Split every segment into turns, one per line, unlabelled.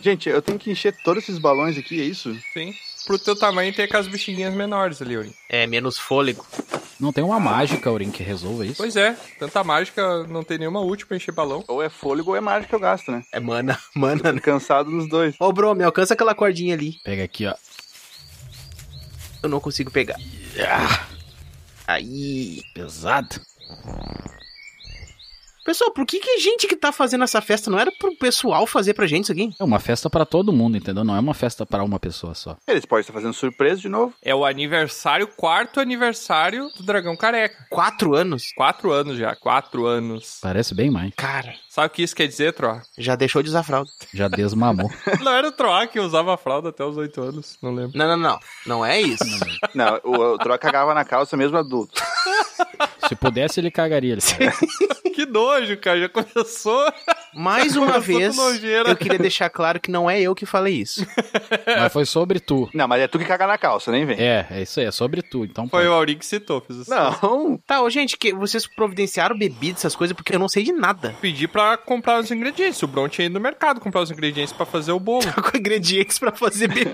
Gente, eu tenho que encher todos esses balões aqui, é isso?
Sim. Pro teu tamanho tem aquelas bexiguinhas menores ali, Aurim.
É, menos fôlego.
Não tem uma mágica, Aurim, que resolva isso?
Pois é, tanta mágica, não tem nenhuma útil pra encher balão.
Ou é fôlego ou é mágica que eu gasto, né?
É mana, mana.
Tô cansado nos dois.
Ô, bro, me alcança aquela cordinha ali.
Pega aqui, ó.
Eu não consigo pegar. Ah, Aí.
Pesado.
Pessoal, por que, que a gente que tá fazendo essa festa não era pro pessoal fazer pra gente isso aqui?
É uma festa pra todo mundo, entendeu? Não é uma festa pra uma pessoa só.
Eles podem estar Tá fazendo surpresa de novo.
É o aniversário, quarto aniversário do Dragão Careca.
Quatro anos?
Quatro anos já, quatro anos.
Parece bem mais.
Cara,
Sabe o que isso quer dizer, Troá?
já deixou de usar fralda.
Já desmamou.
Não era o Troá que usava fralda até os oito anos, não lembro.
Não, não, não. Não é isso.
Não, o, o Troa cagava na calça mesmo adulto.
Se pudesse, ele cagaria. Ele cagaria.
Que nojo, cara, já começou.
Mais uma
Começou com
vez,
nojeira.
eu queria deixar claro que não é eu que falei isso.
Mas foi sobre tu.
Não, mas é tu que caga na calça, nem vem.
É, é isso aí, é sobre tu. Então,
Foi o
pô,
Aurim que citou, fiz assim.
Não,
Tá, ô, gente, que vocês providenciaram bebida, essas coisas, porque eu não sei de nada.
Pedi pra comprar os ingredientes. O Bron tinha ido no mercado comprar os ingredientes pra fazer o bolo.
Tá Com ingredientes pra fazer bebida.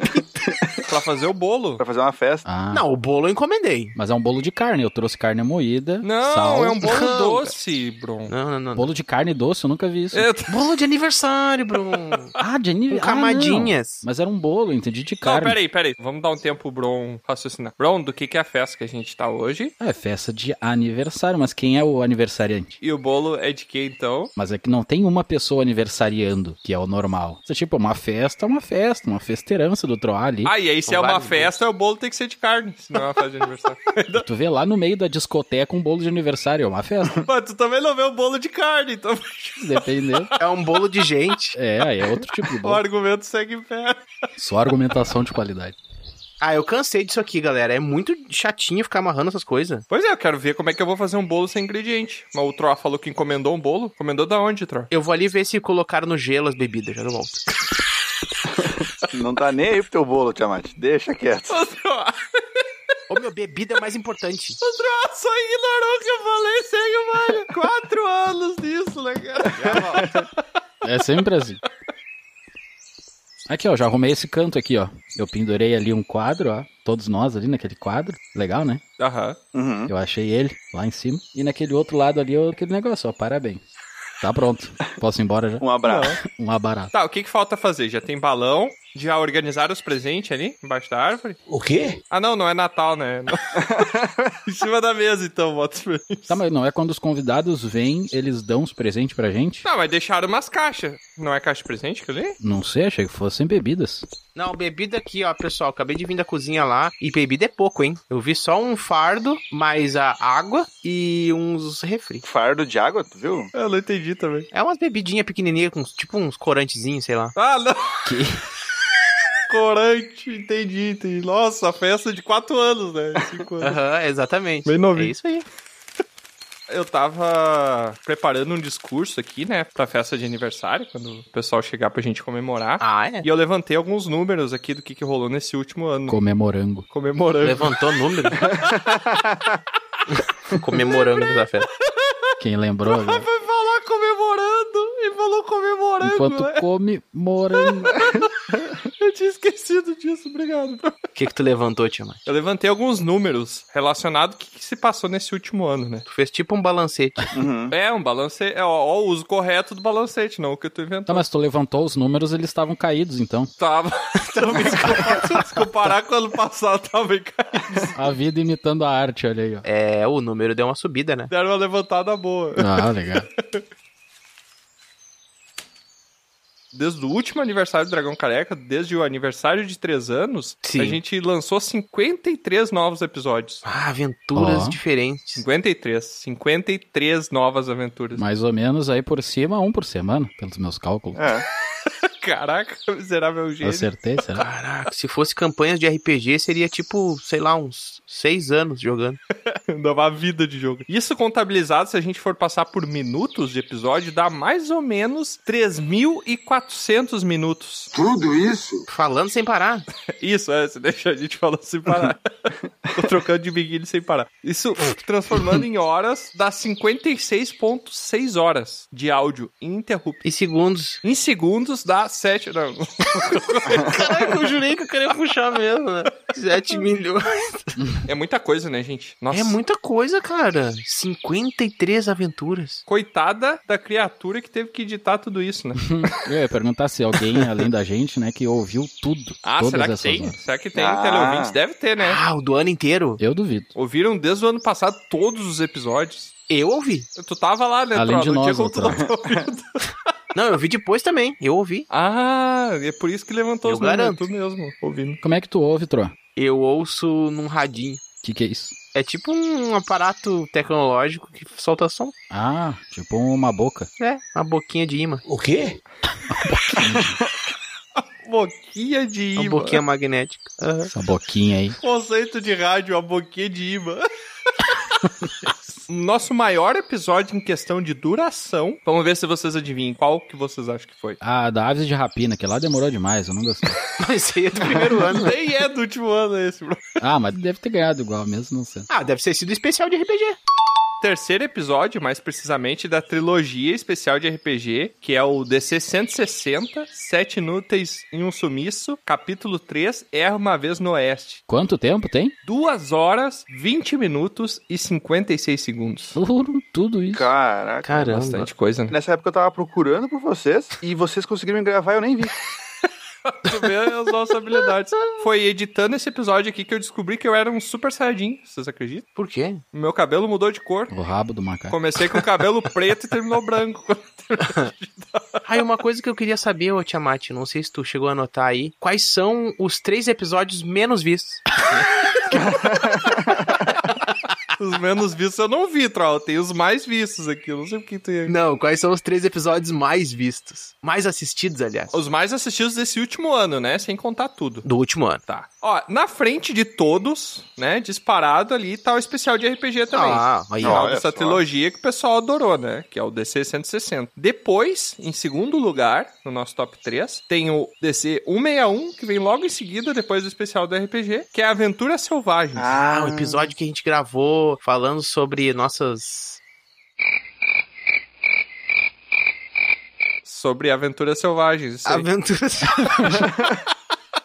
Pra fazer o bolo.
pra fazer uma festa.
Ah,
Não, o bolo eu encomendei.
mas é um bolo de carne. Eu trouxe carne moída,
Não,
sal.
é um bolo
Não,
doce,
Não,
Bron.
não, não. não.
Bolo de carne doce, eu nunca vi isso.
Eu-
Bolo de aniversário, Bruno.
Ah, de anive-
Com
ah,
camadinhas.
não. Mas era um bolo, entendi, de
Não,
carne.
peraí, peraí. Vamos dar um tempo pro Bron raciocinar. Bron, do que, que é a festa que a gente tá hoje?
É festa de aniversário, mas quem é o aniversariante?
E o bolo é de que então?
Mas é que não tem uma pessoa aniversariando, que é o normal. Isso é tipo uma festa, uma festa, uma festeirança do Troá ali.
Ah, e aí se
São
é uma
vários
festa, o bolo tem que ser de carne, senão é uma festa de aniversário.
Tu vê lá no meio da discoteca um bolo de aniversário, é uma festa,
Mas tu também não vê
um
o bolo de carne, então
dependendo.
É um bolo de gente.
É, aí é outro tipo de
o
bolo.
argumento segue em pé.
Só argumentação de qualidade.
Ah, eu cansei disso aqui, galera. É muito chatinho ficar amarrando essas coisas.
Pois é, eu quero ver como é que eu vou fazer um bolo sem ingrediente. Mas o Troá falou que encomendou um bolo. Encomendou da onde, Troá?
Eu vou ali ver se colocaram no gelo as bebidas, já eu volto.
Não tá nem aí pro teu bolo, Tiamat. Deixa quieto.
O Troá,
Ô, meu, bebida é mais importante.
o Troá só ignorou o que eu falei, segue o baile. Quatro anos nisso, né, cara?
É sempre assim. Aqui, ó, já arrumei esse canto aqui, ó. Eu pendurei ali um quadro, ó. Todos nós ali naquele quadro. Legal, né?
Aham.
Uhum.
Eu achei ele lá em cima. E naquele outro lado ali, eu- aquele negócio, ó. Parabéns. Tá pronto. Posso ir embora já?
Um abraço.
Um abarato.
Tá, o que que falta fazer? Já tem balão? Já organizaram os presentes ali, embaixo da árvore?
O quê?
Ah, não, não é Natal, né? Não. em cima da mesa, então, bota os presentes.
Tá, mas não é quando os convidados vêm, eles dão os presentes pra gente?
Não, mas deixaram umas caixas. Não é caixa de presente que eu li?
Não sei, achei que fossem bebidas.
Não, bebida aqui, ó, pessoal. Acabei de vir da cozinha lá. E bebida é pouco, hein? Eu vi só um fardo, mais a água e uns refri.
Fardo de água, tu viu?
Eu não entendi também.
É umas bebidinhas pequenininhas, com, uns- tipo uns corantezinhos, sei lá.
Ah, não! Corante, entendi, entendi. Nossa, a festa de 4 anos, né? Cinco anos.
Aham, exatamente.
Bem novinho.
É isso aí.
Eu tava preparando um discurso aqui, né? Pra festa de aniversário, quando o pessoal chegar pra gente comemorar.
Ah, é?
E eu levantei alguns números aqui do que, que rolou nesse último ano.
Comemorango.
comemorando.
Levantou número. Comemorando essa festa.
Quem lembrou? né?
Foi falar comemorando e falou comemorando, né?
Enquanto come morango.
Eu tinha esquecido disso, obrigado.
O que que tu levantou, Tia
Eu levantei alguns números relacionados ao que, que se passou nesse último ano, né?
Tu fez tipo um balancete.
Uhum.
É, um balancete. É, ó, ó, o uso correto do balancete, não o que eu
Tá,
tô inventando.
mas tu levantou os números, eles estavam caídos, então.
Tava. Então, me compara- se comparar com o ano passado, tava bem caído.
A vida imitando a arte, olha aí, ó.
É, o número deu uma subida, né?
Deram uma levantada boa.
Ah, legal.
Desde o último aniversário do Dragão Careca, desde o aniversário de três anos,
Sim.
a gente lançou 53 novos episódios.
Ah, aventuras
Ó.
diferentes.
53. 53 novas aventuras.
Mais ou menos aí por cima, um por semana, pelos meus cálculos.
É.
Caraca, miserável gênio.
Acertei, será?
Caraca, se fosse campanhas de RPG, seria tipo, sei lá, uns seis anos jogando.
dá uma vida de jogo. Isso contabilizado, se a gente for passar por minutos de episódio, dá mais ou menos 3.400 minutos.
Tudo isso?
Falando sem parar.
Isso, é, você deixa a gente falando sem parar. Tô trocando de biquíni sem parar. Isso, transformando em horas, dá 56.6 horas de áudio ininterrupto.
E segundos.
Em segundos, dá 7... Não,
Caraca, eu jurei que eu queria puxar mesmo, né? 7 milhões.
é muita coisa, né, gente? Nossa.
É muita coisa, cara. 53 aventuras.
Coitada da criatura que teve que editar tudo isso, né?
Eu ia perguntar se alguém, além da gente, né, que ouviu tudo.
Ah,
todas
será que
essas
tem?
horas.
Será que tem
Ah.
teleouvintes? Deve ter, né?
Ah, o do ano inteiro?
Eu duvido.
Ouviram desde o ano passado todos os episódios.
Eu ouvi.
Tu tava lá, né,
Além
Troll?
de
No dia
nós,
como tu
Troll.
não tava ouvindo.
Não, eu vi depois também. Eu ouvi.
Ah, é por isso que levantou
Eu
os números.
garanto.
Tu mesmo, ouvindo.
Como é que tu ouve, Tro? O
Eu ouço num radinho.
que que é isso?
É tipo um aparato tecnológico que solta som.
Ah, tipo uma boca.
É, uma boquinha de imã.
O quê?
Boquinha de
Uma
imã.
boquinha magnética. Aham.
Essa boquinha aí.
Conceito de rádio, a boquinha de imã. Nosso maior episódio em questão de duração. Vamos ver se vocês adivinham qual que vocês acham que foi.
Ah, da Aves de Rapina, que lá demorou demais, eu não gostei.
Mas aí é do primeiro ano. né?
Nem é do último ano esse, bro.
Ah, mas deve ter ganhado igual, mesmo não sendo.
Ah, deve ter sido especial de RPG.
terceiro episódio, mais precisamente da trilogia especial de RPG, que é o DC 160, Sete Inúteis em um Sumiço, capítulo 3, Erra uma Vez no Oeste.
Quanto tempo tem?
2 horas, 20 minutos e 56 segundos.
Tudo, tudo isso.
Caraca.
Caramba.
Bastante coisa, né?
Nessa época eu tava procurando por vocês e vocês conseguiram gravar e eu nem vi.
Tu vê as nossas habilidades. Foi editando esse episódio aqui que eu descobri que eu era um super saiyajin, vocês acreditam?
Por quê?
Meu cabelo mudou de cor.
O rabo do macaco.
Comecei com o cabelo preto e terminou branco.
Ah, e uma coisa que eu queria saber, ô Tiamat, não sei se tu chegou a anotar aí. Quais são os três episódios menos vistos?
Os menos vistos eu não vi, Troll. Tem os mais vistos aqui. Eu não sei o que tem aqui.
Não, quais são os três episódios mais vistos? Mais assistidos, aliás.
Os mais assistidos desse último ano, né? Sem contar tudo.
Do último ano.
Tá. Ó, na frente de todos, né? Disparado ali, tá o especial de RPG também.
Ah, aí,
Não,
ó.
olha
Essa
só.
trilogia que o pessoal adorou, né? Que é o DC 160. Depois, em segundo lugar, no nosso top 3, tem o DC 161, que vem logo em seguida, depois do especial do RPG, que é Aventuras Selvagens.
Ah, o episódio que a gente gravou falando sobre nossas.
Sobre Aventuras Selvagens. Isso aí.
Aventuras.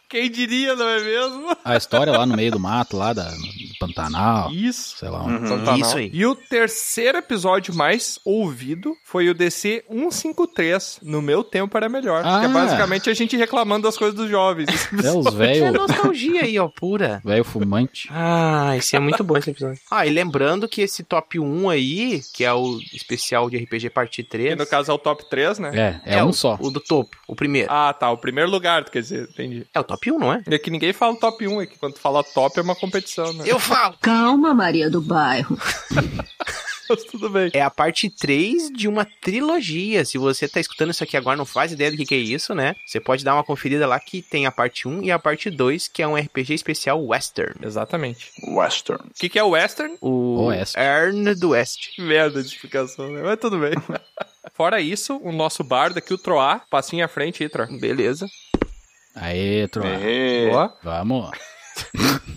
Quem diria, não é mesmo?
A história lá no meio do mato, lá da, do Pantanal,
Isso.
sei lá um onde.
Uhum.
Pantanal.
Isso aí.
então tá, E o terceiro episódio mais ouvido foi o DC 153, No Meu Tempo Era Melhor.
Ah.
Que é basicamente a gente reclamando das coisas dos jovens.
É os
É
velho,
nostalgia aí, ó, pura.
velho fumante.
Ah, esse é muito bom esse episódio. Ah, e lembrando que esse top 1 aí, que é o especial de RPG parte
Que
3.
no caso é o top 3, né?
É, é, um
o-
só.
O do topo, o primeiro.
Ah, tá. O primeiro lugar, quer dizer, entendi.
É o top 1, não é?
É que ninguém fala o top 1, é que quando fala top é uma competição, né?
Eu falo!
Calma, Maria do Bairro.
Mas tudo bem.
É a parte 3 de uma trilogia. Se você tá escutando isso aqui agora, não faz ideia do que, que é isso, né? Você pode dar uma conferida lá que tem a parte 1 e a parte 2, que é um RPG especial western.
Exatamente.
Western.
O que, que é o Western?
O
Oeste.
Ern do West.
Que merda de explicação, né? Mas tudo bem. Fora isso, o nosso bardo aqui, o Troá, passinho à frente aí, Troá.
Beleza.
Aê, troa.
É.
Boa.
Vamos.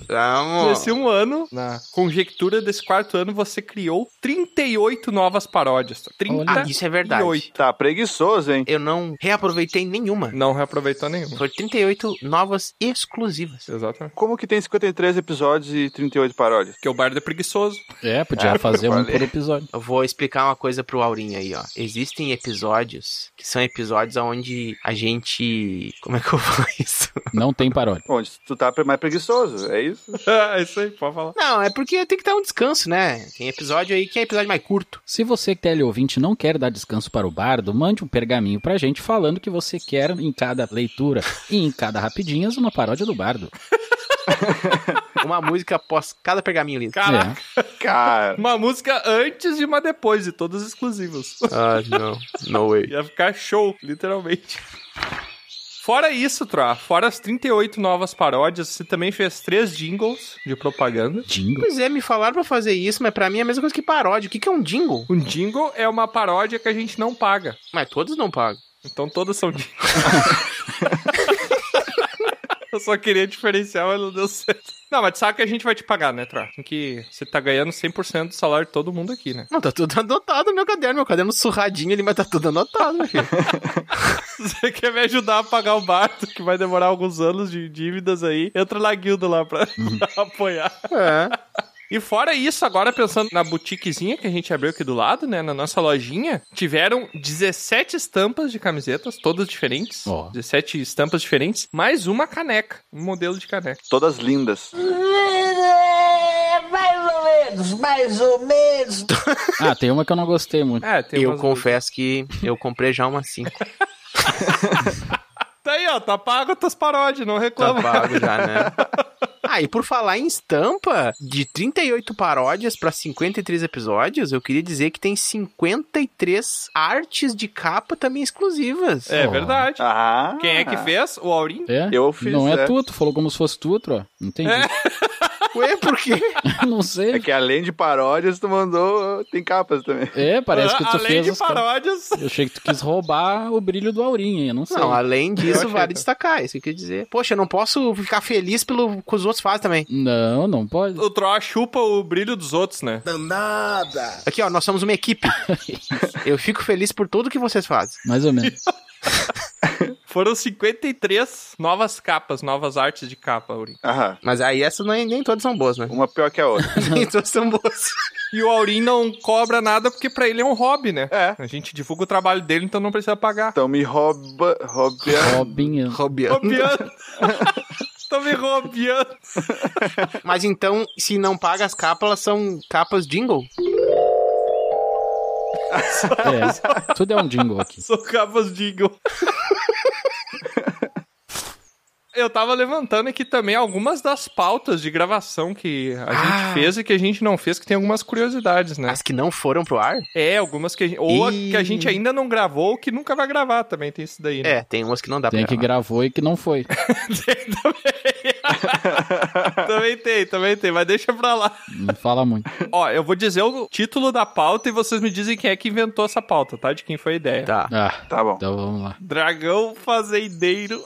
Vamos.
Nesse um ano, na conjectura desse quarto ano, você criou 38 novas paródias.
Ah,
38.
isso é verdade.
Tá preguiçoso, hein?
Eu não reaproveitei nenhuma.
Não reaproveitou nenhuma.
Foram 38 novas exclusivas.
Exatamente.
Como que tem 53 episódios e 38 paródias?
Porque o bardo é preguiçoso.
É, podia fazer um
falei.
por episódio.
Eu vou explicar uma coisa pro Aurinho aí, ó. Existem episódios que são episódios onde a gente. Como é que eu falo isso?
Não tem paródia.
Onde tu tá pre- mais preguiçoso, é isso?
é isso aí, pode falar.
Não, é porque tem que dar um descanso, né? Tem episódio aí que é episódio mais curto.
Se você, teleouvinte, não quer dar descanso para o bardo, mande um pergaminho pra gente falando que você quer, em cada leitura e em cada rapidinhas, uma paródia do bardo.
Uma música após cada pergaminho lindo.
Caraca,
É.
Cara.
uma música antes e uma depois, de todas exclusivas.
Ah, não. No way.
Ia ficar show, literalmente. Fora isso, Troa, fora as 38 novas paródias, você também fez três jingles de propaganda.
Jingle?
Pois é, me falaram pra fazer isso, mas pra mim é a mesma coisa que paródia. O que, que é um jingle?
Um jingle é uma paródia que a gente não paga.
Mas todos não pagam.
Então todas são jingles. Eu só queria diferenciar, mas não deu certo. Não, mas tu sabe que a gente vai te pagar, né, Troa? Tem que você tá ganhando 100% do salário de todo mundo aqui, né?
Não, tá tudo anotado no meu caderno. Meu caderno surradinho ali, mas tá tudo anotado, meu filho.
Você quer me ajudar a pagar o barco, que vai demorar alguns anos de dívidas aí? Entra na guilda lá pra, pra apoiar.
Uhum. É.
E fora isso, agora pensando na boutiquezinha que a gente abriu aqui do lado, né? Na nossa lojinha, tiveram 17 estampas de camisetas, todas diferentes.
Ó.
17 estampas diferentes, mais uma caneca, um modelo de caneca.
Todas lindas.
Mais ou menos, mais ou menos.
Ah, tem uma que eu não gostei muito.
É, tem
Eu
umas-
confesso que eu comprei já uma assim. 5.
Tá aí, ó, tá pago as tuas paródias, não reclama.
Tá pago já, né? Ah, e por falar em estampa, de 38 paródias pra 53 episódios, eu queria dizer que tem 53 artes de capa também exclusivas.
É
Ó.
verdade.
Ah.
Quem é que fez? O Aurim?
É?
Eu fiz,
Não é,
é.
tu, tu falou como se fosse tu, Tro. Entendi.
É.
Ué, por quê?
não
É
sei.
que além de paródias, tu mandou. Tem capas também.
É, parece que tu
Além
fez
de
os caras.
paródias.
Eu achei que tu quis roubar o brilho do Aurinha, não sei.
Não, além
Eu
disso,
achei,
vale
tá.
destacar, isso que eu queria dizer. Poxa, eu não posso ficar feliz pelo que os outros fazem também.
Não, não pode.
O Troá chupa o brilho dos outros, né?
Danada.
Aqui, ó, nós somos uma equipe. Eu fico feliz por tudo que vocês fazem.
É Mais ou menos.
Foram 53 novas capas, novas artes de capa, Aurim.
Aham.
Mas aí essas nem, nem todas são boas, né?
Uma pior que a outra.
Nem todas são boas.
E o Aurim não cobra nada porque pra ele é um hobby, né? É. A gente divulga o trabalho dele, então não precisa pagar.
Então me rouba. Rouba.
Robinha.
Robiano.
Robiando. Tô me robiando.
Mas então, se não paga as capas, elas são capas jingle?
É. Tudo é um jingle aqui.
Sou capas digam. Eu tava levantando aqui também algumas das pautas de gravação que a gente fez e que a gente não fez, que tem algumas curiosidades, né?
Ah. As que não foram pro ar?
É, algumas que a gente. Ou a-
Ih.
que a gente ainda não gravou ou que nunca vai gravar também, tem isso daí, né?
É, tem umas que não dá
Tem
pra
que
gravar.
gravou e que não foi.
também tem, também tem, mas deixa pra lá.
Não fala muito.
Ó, eu vou dizer o título da pauta e vocês me dizem quem é que inventou essa pauta, tá? De quem foi a ideia.
Tá.
Ah,
Tá bom.
então vamos lá.
Dragão fazendeiro.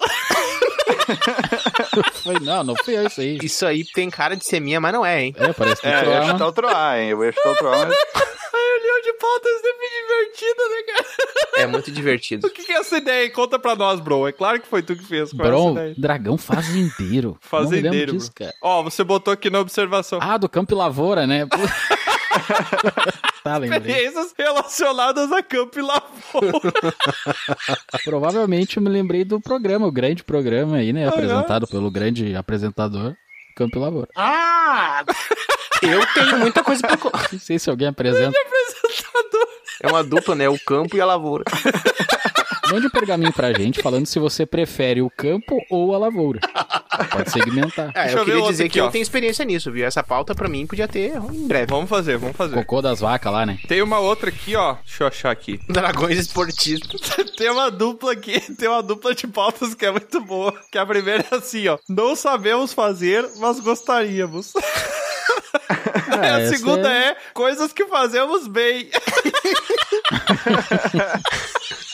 Foi, não, não foi isso aí.
Isso aí tem cara de ser minha, mas não é, hein?
É, parece que
É, eu
tu é
ia
uma-
chutar o Troá, hein? Eu ia chutar o Troá, mas.
A reunião de pautas sempre divertida, né, cara?
É muito divertido.
O que, que é essa ideia aí? Conta pra nós, bro. É claro que foi tu que fez. Qual é
Bron,
essa ideia?
dragão fazendeiro. não me
Fazendeiro,
lembro disso, cara.
Ó, você botou aqui na observação.
Ah, do Campo e Lavoura, né? Pô. tá, lembrei.
Experiências relacionadas a campo e lavoura.
Provavelmente eu me lembrei do programa, o grande programa aí, né? Apresentado pelo grande apresentador Campo e Lavoura.
Ah,
Eu tenho muita coisa pra... co-
Não sei se alguém apresenta.
É uma dupla, né? O campo e a lavoura.
Mande um pergaminho pra gente falando se você prefere o campo ou a lavoura. Pode segmentar.
É, eu
Deixa eu ver
queria
outra
dizer
aqui,
que
ó.
eu tenho experiência nisso, viu? Essa pauta pra mim podia ter em breve.
vamos fazer, vamos fazer.
Cocô das vacas lá, né?
Tem uma outra aqui, ó. Deixa eu achar aqui.
Dragões esportistas.
Tem uma dupla aqui, tem uma dupla de pautas que é muito boa. Que a primeira é assim, ó. Não sabemos fazer, mas gostaríamos.
Ah,
a
essa
segunda é... coisas que fazemos bem.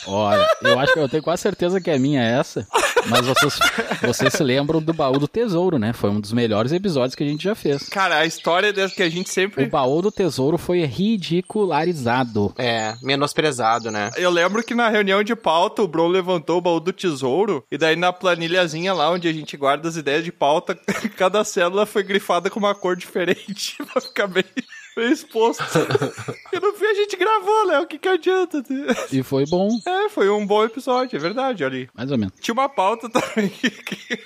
Olha, eu acho que eu tenho quase certeza que é minha essa. Mas vocês, vocês se lembram do baú do tesouro, né? Foi um dos melhores episódios que a gente já fez.
Cara, a história é dessa que a gente
O
sempre.
baú do tesouro foi ridicularizado.
É, menosprezado, né?
Eu lembro que na reunião de pauta o Bro levantou o baú do tesouro e daí na planilhazinha lá onde a gente guarda as ideias de pauta, cada célula foi grifada com uma cor diferente pra ficar bem, bem exposto. e no fim a gente gravou, né? O que que adianta? né?
E foi bom,
É, foi um bom episódio, é verdade, olha aí.
mais ou menos.
Tinha uma pauta também que...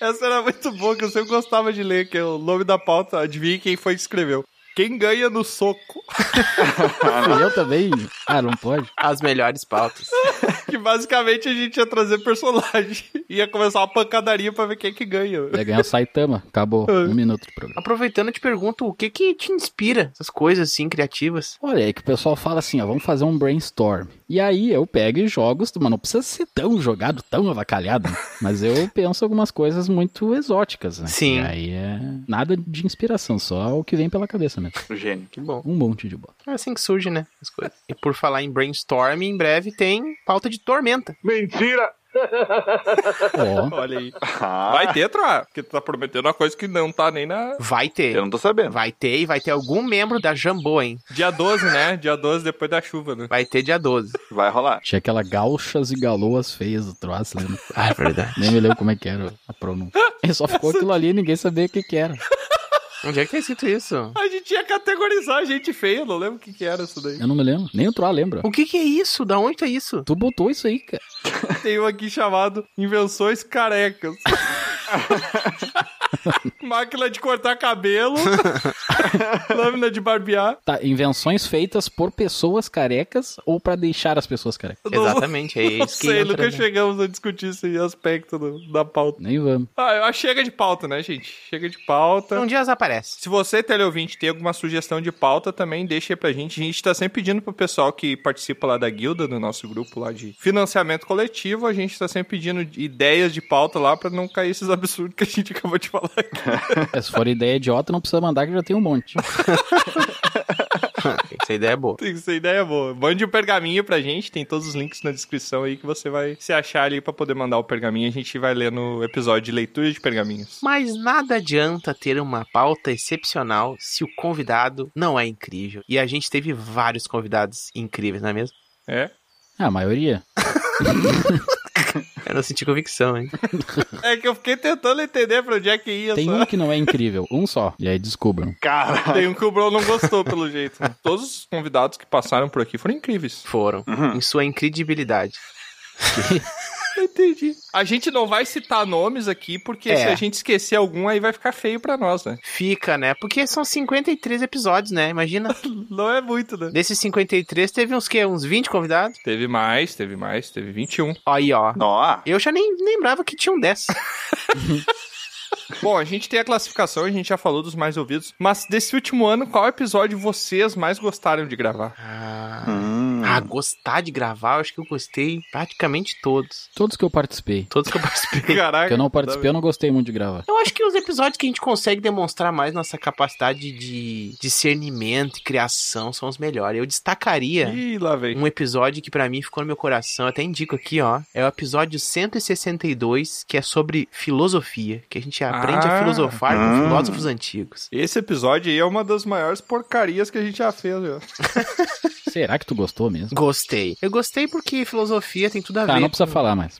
Essa era muito boa, que eu sempre gostava de ler, que é o nome da pauta, adivinha quem foi que escreveu. Quem ganha no soco?
Fui eu também. Ah, não pode?
As melhores pautas.
Que basicamente a gente ia trazer personagem. Ia começar uma pancadaria pra ver quem é que ganha.
Vai ganhar o Saitama. Acabou. Um minuto de programa.
Aproveitando, eu te pergunto, o que que te inspira? Essas coisas, assim, criativas.
Olha aí que o pessoal fala assim, ó, vamos fazer um brainstorm. E aí eu pego e jogo, mas não precisa ser tão jogado, tão avacalhado, né? mas eu penso algumas coisas muito exóticas, né?
Sim.
E aí é nada de inspiração, só o que vem pela cabeça mesmo.
Gênio.
Que bom.
Um monte de bola.
É assim que surge, né? As coisas. E por falar em brainstorm, em breve tem pauta de tormenta.
Mentira!
Ó,
Olha aí.
Ah,
Vai ter, Troá. Porque tu tá prometendo uma coisa que não tá nem na.
Vai ter.
Eu não tô sabendo.
Vai ter e vai ter algum membro da Jambô, hein?
Dia 12, né? Dia 12 depois da chuva, né?
Vai ter dia 12.
Vai rolar.
tinha aquela gauchas e galoas feias do troço, lembra?
Ah, é verdade.
Nem me lembro como é que era a pronúncia. E só ficou aquilo ali e ninguém sabia o que que era.
Onde é que tá escrito isso?
A gente ia categorizar a gente feia, não lembro o que, que era isso daí.
Eu não me lembro. Nem o Troá lembra.
O que que é isso? Da onde é isso?
Tu botou isso aí, cara.
Tem um aqui chamado Invenções Carecas. Máquina de cortar cabelo, lâmina de barbear.
Tá, invenções feitas por pessoas carecas ou pra deixar as pessoas carecas.
Eu não-
Exatamente, é
Não
isso que
sei,
entra,
nunca
né?
chegamos a discutir esse aspecto do- da pauta.
Nem vamos.
Ah, eu acho que chega de pauta, né, gente? Chega de pauta.
Um dia elas aparecem.
Se você, teleouvinte, tem alguma sugestão de pauta, também deixa aí pra gente. A gente tá sempre pedindo pro pessoal que participa lá da guilda, do nosso grupo lá de financiamento coletivo, a gente tá sempre pedindo ideias de pauta lá pra não cair esses absurdos que a gente acabou de falar aqui.
É, Se for ideia idiota, não precisa mandar que já tem um monte.
É, Essa ideia é boa.
Tem que ser ideia boa. Mande um pergaminho pra gente, tem todos os links na descrição aí que você vai se achar ali pra poder mandar o pergaminho. A gente vai ler no episódio de leitura de pergaminhos.
Mas nada adianta ter uma pauta excepcional se o convidado não é incrível. E a gente teve vários convidados incríveis, não é mesmo?
É?
Ah, a maioria.
Eu não senti convicção, hein?
É que eu fiquei tentando entender pra onde é que ia.
Tem
só.
um que não é incrível, um só. E aí descubram.
Cara.
Tem um que o Bruno não gostou, pelo jeito. Todos os convidados que passaram por aqui foram incríveis.
Foram. Em sua incredibilidade.
Entendi. A gente não vai citar nomes aqui, porque
É.
se a gente esquecer algum, aí vai ficar feio pra nós, né?
Fica, né? Porque são 53 episódios, né? Imagina.
Não é muito, né?
Desses 53, teve uns que? Uns 20 convidados?
Teve mais, teve mais, teve 21.
Aí, ó.
Nó.
Eu já nem lembrava que um tinham 10.
Bom, a gente tem a classificação, a gente já falou dos mais ouvidos, mas desse último ano, qual episódio vocês mais gostaram de gravar?
Ah,
Hum.
ah, gostar de gravar, eu acho que eu gostei praticamente todos.
Todos que eu participei.
Todos que eu participei.
Caraca.
Que eu não participei, eu não gostei muito de gravar.
Eu acho que os episódios que a gente consegue demonstrar mais nossa capacidade de discernimento e criação são os melhores. Eu destacaria
Ih, lá vem.
um episódio que pra mim ficou no meu coração, eu até indico aqui, ó. É o episódio 162, que é sobre filosofia, que a gente aprende a
Ah.
filosofar
Ah.
com filósofos antigos.
Esse episódio aí é uma das maiores porcarias que a gente já fez, viu?
Será que tu gostou mesmo?
Gostei. Eu gostei porque filosofia tem tudo a
Tá,
ver.
não precisa falar mais.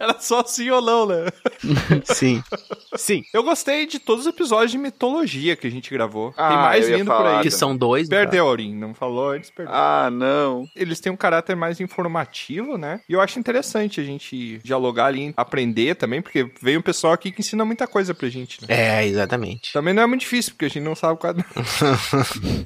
Era só sim ou não, né?
Sim. Sim.
Eu gostei de todos os episódios de mitologia que a gente gravou. Tem
Ah,
mais
eu ia
vindo por
falar
aí.
Que
Adam.
são dois. né? no
Perdeu, Aurim. Não falou antes, perdeu.
Ah, não.
Eles têm um caráter mais informativo, né? E eu acho interessante a gente dialogar ali, aprender também, porque vem um pessoal aqui que ensina muita coisa pra gente, né?
caso. É, exatamente.
Também não é muito difícil, porque a gente não sabe quase nada.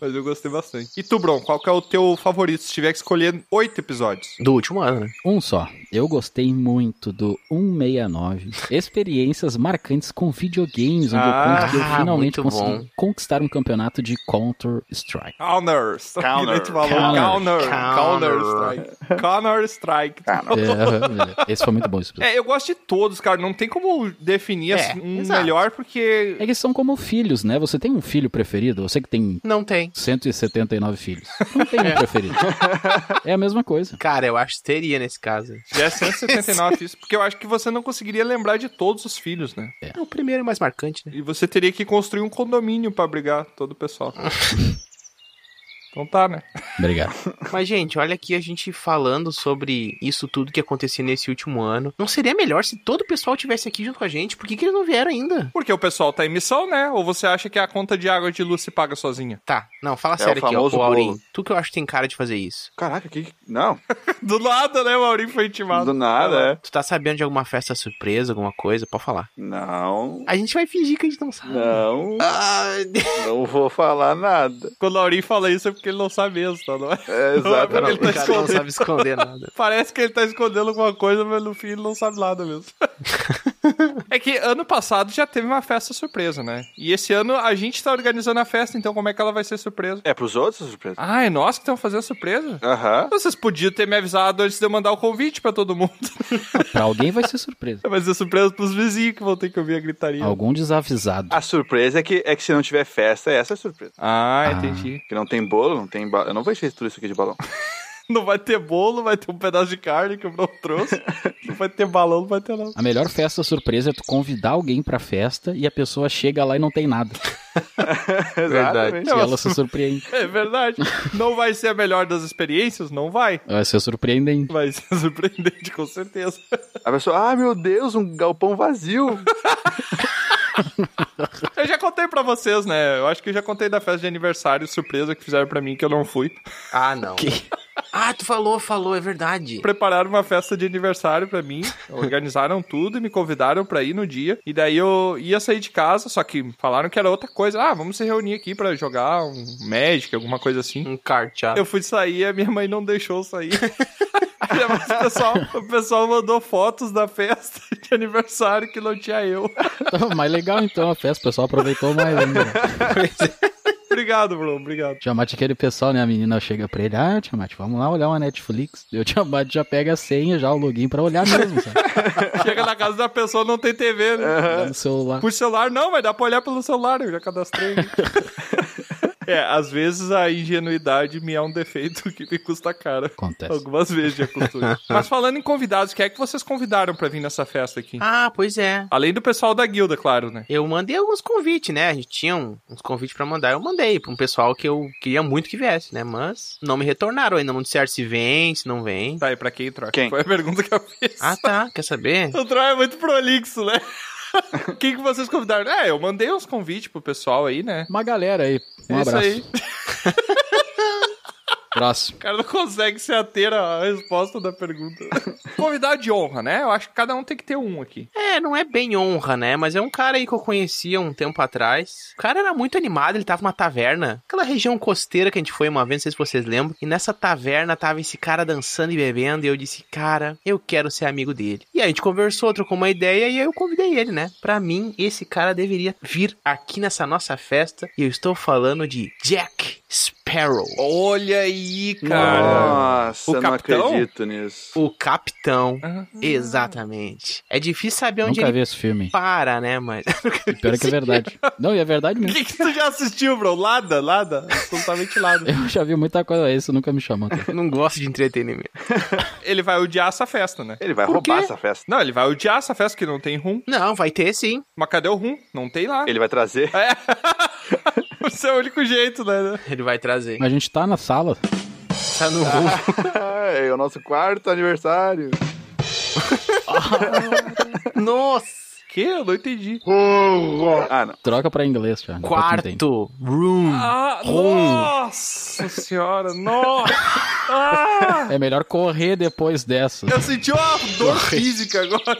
Mas eu gostei bastante. E tu, Bron, qual que é o teu favorito? Se tiver que escolher oito episódios.
Do último ano, né?
Um só. Eu gostei muito do 169. Experiências marcantes com videogames, onde
Ah,
eu conto que eu finalmente
muito
consegui
bom.
conquistar um campeonato de Counter-Strike.
Counters.
Counter.
Counter.
Counter.
Counter Strike. Counter Strike.
Ah, não.
É, aham, beleza. Esse foi muito bom esse episódio.
É, eu gosto de todos, cara. Não tem como definir
É,
assim, um
exato.
melhor, porque
É que são como filhos, né? Você tem um filho preferido? Você que tem
Não tem.
179 filhos. Não tem um preferido. É a mesma coisa.
Cara, eu acho que teria nesse caso.
já é 179 filhos. Porque eu acho que você não conseguiria lembrar de todos os filhos, né?
O primeiro é mais marcante, né?
E você teria que construir um condomínio pra abrigar todo o pessoal. Então tá, né?
Obrigado.
Mas, gente, olha aqui a gente falando sobre isso tudo que aconteceu nesse último ano. Não seria melhor se todo o pessoal tivesse aqui junto com a gente? Por que, que eles não vieram ainda?
Porque o pessoal tá em missão, né? Ou você acha que a conta de água e de luz se paga sozinha?
Tá, não, fala
É,
sério
o
aqui, ó,
famoso
o Aurim.
bolo.
Tu que eu acho que tem cara de fazer isso.
Caraca, que. Não,
Do nada, né? O Maurinho foi
do
intimado.
nada, é.
Tu tá sabendo de alguma festa surpresa, alguma coisa? Pode falar.
Não.
A gente vai fingir que a gente não sabe.
Não,
Ah,
não vou falar nada.
Quando o Maurinho fala isso é porque ele não sabe mesmo, tá? Não é?
É,
Não, é
exatamente.
porque
o
ele tá
cara não
escondendo.
sabe esconder nada.
Parece que ele tá escondendo alguma coisa, mas no fim ele não sabe nada mesmo. é que ano passado já teve uma festa surpresa, né? E esse ano a gente tá organizando a festa, então como é que ela vai ser surpresa?
É pros outros a surpresa?
Ah, é nós que estamos fazendo a surpresa?
Aham.
Ah, Vocês podiam ter me avisado antes de eu mandar o convite pra todo mundo.
Pra alguém vai ser surpresa.
Vai ser surpresa pros vizinhos que vão ter que ouvir a gritaria.
Algum desavisado.
A surpresa é que, é que se não tiver festa, essa é a surpresa.
Ah,
Ah.
entendi.
Que não tem bolo, não tem balão. Eu não vou encher tudo isso aqui de balão.
Não vai ter bolo, vai ter um pedaço de carne que eu não trouxe. não vai ter balão, não vai ter nada.
A melhor festa surpresa é tu convidar alguém pra festa e a pessoa chega lá e não tem nada.
Exatamente.
E ela se surpreende.
É verdade. Não vai ser a melhor das experiências? Não vai.
Vai ser surpreendente.
Vai ser surpreendente, com certeza.
A pessoa, ah, meu Deus, um galpão vazio.
Eu já contei pra vocês, né? Eu acho que eu já contei da festa de aniversário surpresa que fizeram pra mim que eu não fui.
Ah, não. Ah, tu falou, falou, é verdade.
Prepararam uma festa de aniversário pra mim, organizaram tudo e me convidaram pra ir no dia. E daí eu ia sair de casa, só que falaram que era outra coisa. Ah, vamos se reunir aqui pra jogar um Magic, alguma coisa assim.
Um kart, já.
Eu fui sair, a minha mãe não deixou eu sair. Aí, mas o, pessoal, o pessoal mandou fotos da festa de aniversário que não tinha eu.
Tava mais legal então a festa, o pessoal aproveitou mais ainda.
Obrigado, Bruno, obrigado.
Tiamat é aquele pessoal, né? A menina chega pra ele, ah, Tiamat, vamos lá olhar uma Netflix. E o Tiamat já pega a senha, já o login pra olhar mesmo, sabe?
Chega na casa da pessoa, não tem TV, né?
Olhar no celular.
Por celular não, mas dá pra olhar pelo celular, eu já cadastrei. é, às vezes a ingenuidade me é um defeito que me custa caro.
Acontece.
Algumas vezes já custou. mas falando em convidados, quem é que vocês convidaram pra vir nessa festa aqui?
Ah, pois é.
Além do pessoal da guilda, claro, né?
Eu mandei alguns convites, né? A gente tinha um- uns convites pra mandar. Eu mandei pra um pessoal que eu queria muito que viesse, né? Mas não me retornaram ainda. Não disseram se vem, se não vem.
Tá, e pra quem, Troy?
Quem?
Foi a pergunta que eu fiz.
Ah, tá. Quer saber?
O Troy é muito prolixo, né? Quem que vocês convidaram? É, eu mandei uns convites pro pessoal aí, né?
Uma galera aí. Um
É
abraço.
Isso aí.
Abraço.
O cara não consegue se ater à resposta da pergunta. Convidado de honra, né? Eu acho que cada um tem que ter um aqui.
É, não é bem honra, né? Mas é um cara aí que eu conhecia um tempo atrás. O cara era muito animado, ele tava numa taverna. Aquela região costeira que a gente foi uma vez, não sei se vocês lembram. E nessa taverna tava esse cara dançando e bebendo. E eu disse, cara, eu quero ser amigo dele. E aí a gente conversou, trocou uma ideia e aí eu convidei ele, né? Pra mim, esse cara deveria vir aqui nessa nossa festa. E eu estou falando de Jack Sparrow.
Olha aí, cara.
Nossa,
O
eu não
capitão?
acredito nisso.
O capitão.
Ah.
Exatamente. É difícil saber onde
Nunca
ele
vi esse filme.
para, né? Mas.
E pior é que é verdade. Não, e é verdade
O
mesmo.
que, que tu já assistiu, bro? Lada, lada. Absolutamente lada.
Eu já vi muita coisa, isso nunca me chamou. cara.
Não gosto de entretenimento.
Ele vai odiar essa festa, né?
Ele vai
Por
roubar
quê?
essa festa.
Não, ele vai odiar essa festa que não tem rum.
Não, vai ter sim.
Mas cadê o rum? Não tem lá.
Ele vai trazer.
É. Esse é o único jeito, né?
Ele vai trazer.
Mas a gente tá na sala.
Ah,
Tá no rumo.
é o nosso quarto aniversário.
Nossa!
Que? Eu não entendi.
Ah, não.
Troca pra inglês, já. Depois tu entende.
Quarto. Room.
Ah, nossa senhora, nossa. Ah,
É melhor correr depois dessa.
eu senti uma dor física agora.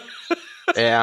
É.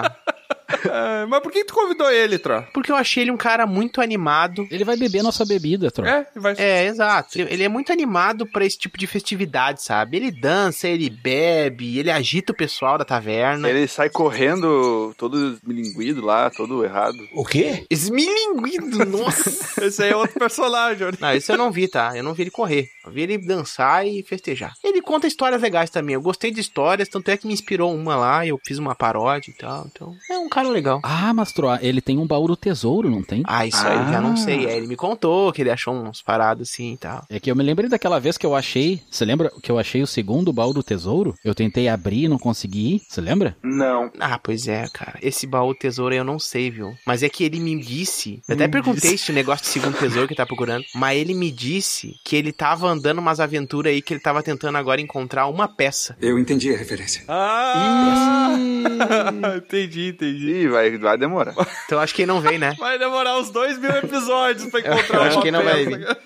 Ah, mas por que tu convidou ele, Tro?
Porque eu achei ele um cara muito animado.
Ele vai beber nossa bebida, troca.
É, vai
É, exato. Ele é muito animado pra esse tipo de festividade, sabe? Ele dança, ele bebe, ele agita o pessoal da taverna.
Ele sai correndo todo milinguido lá, todo errado.
O quê?
Esmilinguido, nossa!
Esse aí é outro personagem, olha.
Não, isso eu não vi, tá? Eu não vi ele correr. Eu vi ele dançar e festejar. Ele conta histórias legais também. Eu gostei de histórias, tanto é que me inspirou uma lá, eu fiz uma paródia e tal. Então, é um cara legal.
Ah, mas Troa, ele tem um baú do tesouro, não tem?
Ah, isso aí já não sei. É, ele me contou que ele achou uns parados assim e tal.
É que eu me lembrei daquela vez que eu achei. Você lembra que eu achei o segundo baú do tesouro? Eu tentei abrir e não consegui ir. Você lembra?
Não.
Ah, pois é, cara. Esse baú tesouro aí eu não sei, viu? Mas é que ele me disse. Eu até perguntei esse negócio de segundo tesouro que tá procurando. Mas ele me disse que ele tava andando umas aventuras aí que ele tava tentando agora encontrar uma peça.
Eu entendi a referência.
Ah! entendi, entendi.
Ih, vai, vai demorar.
Então acho que ele não vem, né?
Vai demorar uns dois mil episódios pra encontrar
Eu acho
uma
que não vai
peça.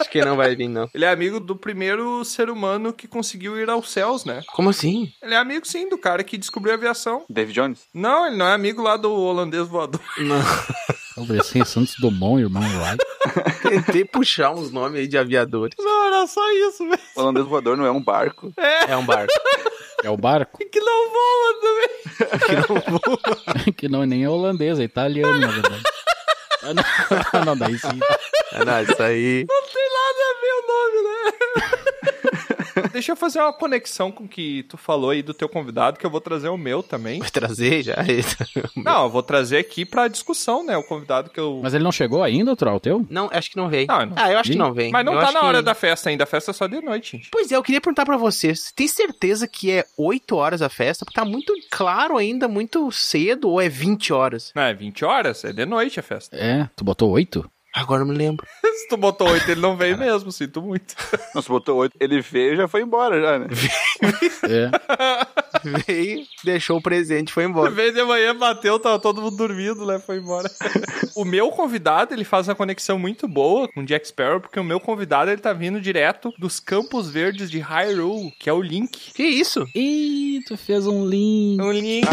Acho que ele não vai vir, não.
Ele é amigo do primeiro ser humano que conseguiu ir aos céus, né?
Como assim?
Ele é amigo, sim, do cara que descobriu a aviação.
Dave Jones?
Não, ele não é amigo lá do holandês voador.
Eu pensei em Santos Dumont, irmão. Lá.
Tentei puxar uns nomes aí de aviadores.
Não, era só isso, velho.
O holandês voador não é um barco.
É um barco.
É o barco?
Que não voa também.
que não é nem holandês, é italiano, na verdade. Ah, não, não, daí sim.
Ah, não, isso aí.
Não tem nada a ver o nome, né? Deixa eu fazer uma conexão com o que tu falou aí do teu convidado, que eu vou trazer o meu também.
Vai trazer já?
Não, eu vou trazer aqui pra discussão, né? O convidado que eu.
Mas ele não chegou ainda, Troll, teu?
Não, acho que não veio.
Não, não.
Ah, eu acho que não veio.
Mas não
Eu
tá
acho
na
que-
hora da festa ainda, a festa é só de noite, gente.
Pois é, eu queria perguntar pra vocês, tem certeza que é 8 horas a festa? Porque tá muito claro ainda, muito cedo, ou é 20 horas?
Não, é 20 horas, é de noite a festa.
É, tu botou oito?
Agora eu me lembro.
Se tu botou 8, ele não veio mesmo, sinto muito.
Nossa, botou oito. Ele veio e já foi embora, já, né?
É.
Veio, deixou o presente, foi embora.
Veio de manhã, bateu, tava todo mundo dormindo, né? Foi embora. o meu convidado, ele faz uma conexão muito boa com o Jack Sparrow, porque o meu convidado, ele tá vindo direto dos Campos Verdes de Hyrule, que é o Link.
Que isso?
Ih, tu fez um lindo.
O Link,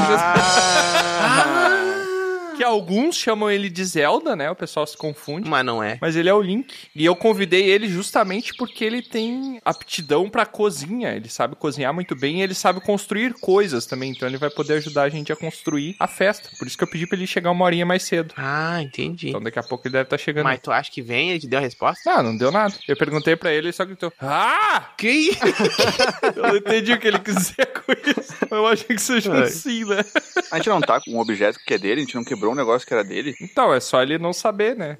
que alguns chamam ele de Zelda, né? O pessoal se confunde.
Mas não é.
Mas ele é o Link. E eu convidei ele justamente porque ele tem aptidão pra cozinha. Ele sabe cozinhar muito bem e ele sabe construir coisas também. Então ele vai poder ajudar a gente a construir a festa. Por isso que eu pedi pra ele chegar uma horinha mais cedo.
Ah, entendi.
Então daqui a pouco ele deve estar chegando.
Mas tu acha que vem? Ele te deu a resposta?
Ah, não deu nada. Eu perguntei pra ele, ele só gritou: Ah!
Que isso?
Eu não entendi o que ele quiser com isso. Eu achei que seja
Ai.
assim, né?
A gente não tá com um objeto que é dele, a gente não quebrou um negócio que era dele.
Então, é só ele não saber, né?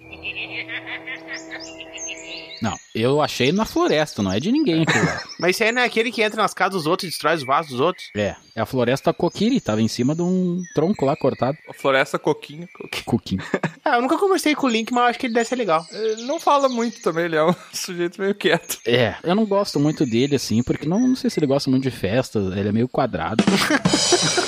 Não, eu achei na floresta, não é de ninguém aqui lá.
Mas isso aí não é aquele que entra nas casas dos outros e destrói os vasos dos outros?
É, é a floresta Coquiri, tava em cima de um tronco lá cortado.
A Floresta Coquinho.
Coquinho.
Ah, eu nunca conversei com o Link, mas eu acho que ele deve ser legal.
Ele É, não fala muito também, ele é um sujeito meio quieto.
É, eu não gosto muito dele assim, porque não, não sei se ele gosta muito de festas, ele é meio quadrado.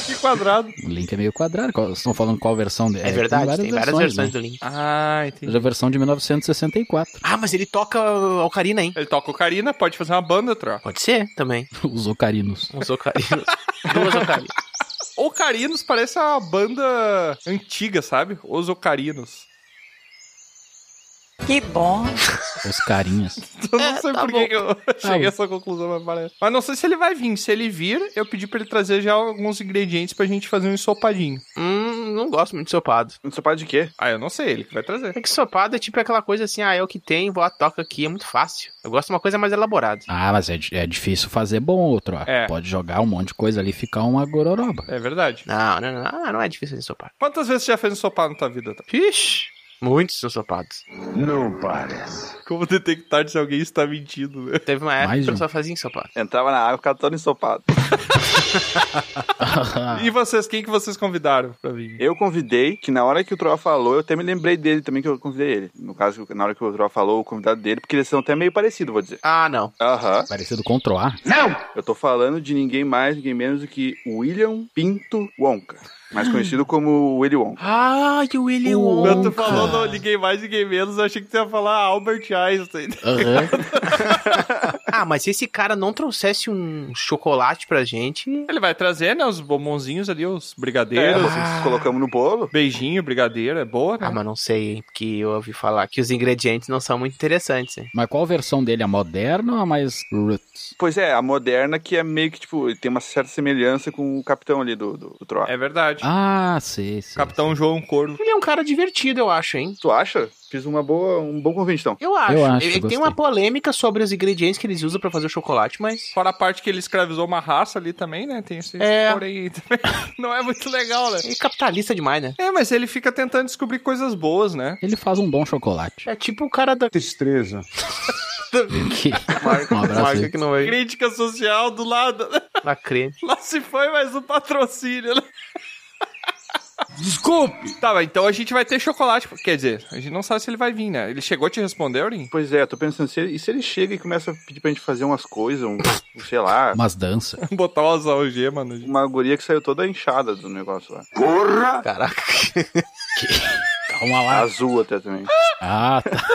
Que quadrado.
O Link é meio quadrado, qual- vocês estão falando qual versão dele?
É, verdade, tem várias versões, né? do Link.
Ah, entendi.
Né? A versão de 1964.
Ah, mas ele toca ocarina, hein?
Ele toca ocarina, pode fazer uma banda, Tro.
Pode ser também.
Os ocarinos.
Uns ocarinas. Duas ocarinas.
Ocarinos parece uma banda antiga, sabe? Os Ocarinos.
Que bom.
Os carinhas.
Eu não sei por que que eu cheguei
bom.
a
Ah.
essa conclusão, mas parece. Mas não sei se ele vai vir. Se ele vir, eu pedi pra ele trazer já alguns ingredientes pra gente fazer um ensopadinho.
Hum, não gosto muito de sopado.
Não sou pai de quê?
Ah, eu não sei, ele que vai trazer.
É que sopado é tipo aquela coisa assim, ah, é o que tem, vou lá, toca aqui, é muito fácil. Eu gosto de uma coisa mais elaborada.
Ah, mas é, di- é difícil fazer bom outro, ó.
É.
Pode jogar um monte de coisa ali e ficar uma gororoba.
É verdade.
Não, não, não, ah, não é difícil de sopado.
Quantas vezes você já fez ensopado na tua vida? Tá?
Ixi, muitos são sopados.
Como detectar se alguém está mentindo, né?
Teve uma época
Mais
que eu
um.
só fazia em sopado.
Entrava na água, ficava todo ensopado.
E vocês, quem que vocês convidaram pra vir?
Eu convidei, que na hora que o Troa falou, eu até me lembrei dele também, que eu convidei ele. No caso, na hora que o Troa falou, o convidado dele, porque eles são até meio parecidos, vou dizer.
Ah, não.
Aham.
Parecido com o Troar.
Eu tô falando de ninguém mais, ninguém menos do que William Pinto Wonka. Mais conhecido como Willy Wonka.
Ah, e o Willy
Wonka.
Quando tu
Nunca.
falou não, ninguém mais, ninguém menos, eu achei que tu ia falar Albert Einstein.
Aham.
Ah, mas se esse cara não trouxesse um chocolate pra gente...
Ele vai trazer, né, os bombonzinhos ali, os
É,
brigadeiros.
vocês colocamos no bolo.
Beijinho, brigadeiro, é boa, né?
Ah, mas não sei, hein, porque eu ouvi falar que os ingredientes não são muito interessantes, hein?
Mas qual versão dele? A moderna ou a mais roots?
Pois é, a moderna que é meio que, tipo, tem uma certa semelhança com o capitão ali do, do, do Troa.
É verdade.
Ah, sei, sei.
Capitão João Corvo.
Ele é um cara É um divertido, eu acho, hein?
Tu acha? Fiz uma boa, um bom convite, então.
Eu acho.
Eu acho,
Ele- Tem
gostei.
uma polêmica sobre os ingredientes que eles usam pra fazer o chocolate, mas.
Fora a parte que ele escravizou uma raça ali também, né? Tem esse
É.
porém aí também. Não é muito legal, né?
É capitalista demais, né?
É, mas ele fica tentando descobrir coisas boas, né?
Ele faz um bom chocolate.
É tipo o cara da
Tristeza.
Que-
marca,
Um abraço
marca
aí.
que não vai
Crítica social do lado.
na creme.
Lá se foi mais um patrocínio, né? Desculpe! Tá, mas então a gente vai ter chocolate. Quer dizer, a gente não sabe se ele vai vir, né? Ele chegou a te responder, Aurim?
Pois é, tô pensando, se ele, e se ele chega e começa a pedir pra gente fazer umas coisas, um, um, sei lá,
Mas dança.
Botar umas algemas no...
uma guria que saiu toda inchada do negócio lá.
Caraca.
Calma lá.
Azul até também.
Ah, tá.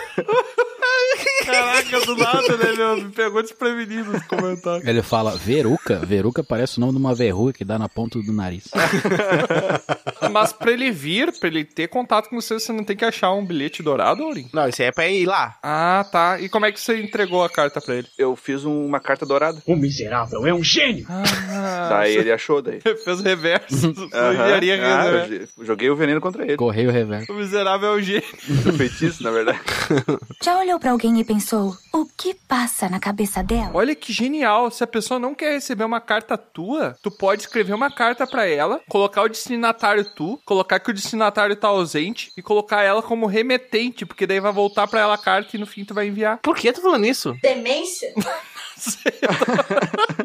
Caraca, do nada, né, meu? Me pegou desprevenido é? nos comentários.
Ele fala veruca. Veruca parece o nome de uma verruga que dá na ponta do nariz.
Mas pra ele vir, pra ele ter contato com você, você não tem que achar um bilhete dourado, Aurim?
Não, isso aí é pra ir lá.
Ah, tá. E como é que você entregou a carta pra ele?
Eu fiz um- uma carta dourada.
O miserável é um gênio.
Ah,
daí ele achou daí.
fez reverso.
Aham.
engenharia
Ah,
reversa.
eu jo- joguei o veneno contra ele.
Correio reverso.
O miserável é o gênio.
O feitiço, na verdade.
Já olhou pra alguém e pensou: o que passa na cabeça dela?
Olha que genial. Se a pessoa não quer receber uma carta tua, tu pode escrever uma carta pra ela, colocar o destinatário tu, colocar que o destinatário tá ausente e colocar ela como remetente, porque daí vai voltar pra ela a carta e no fim tu vai enviar.
Por que eu tô falando isso?
Demência?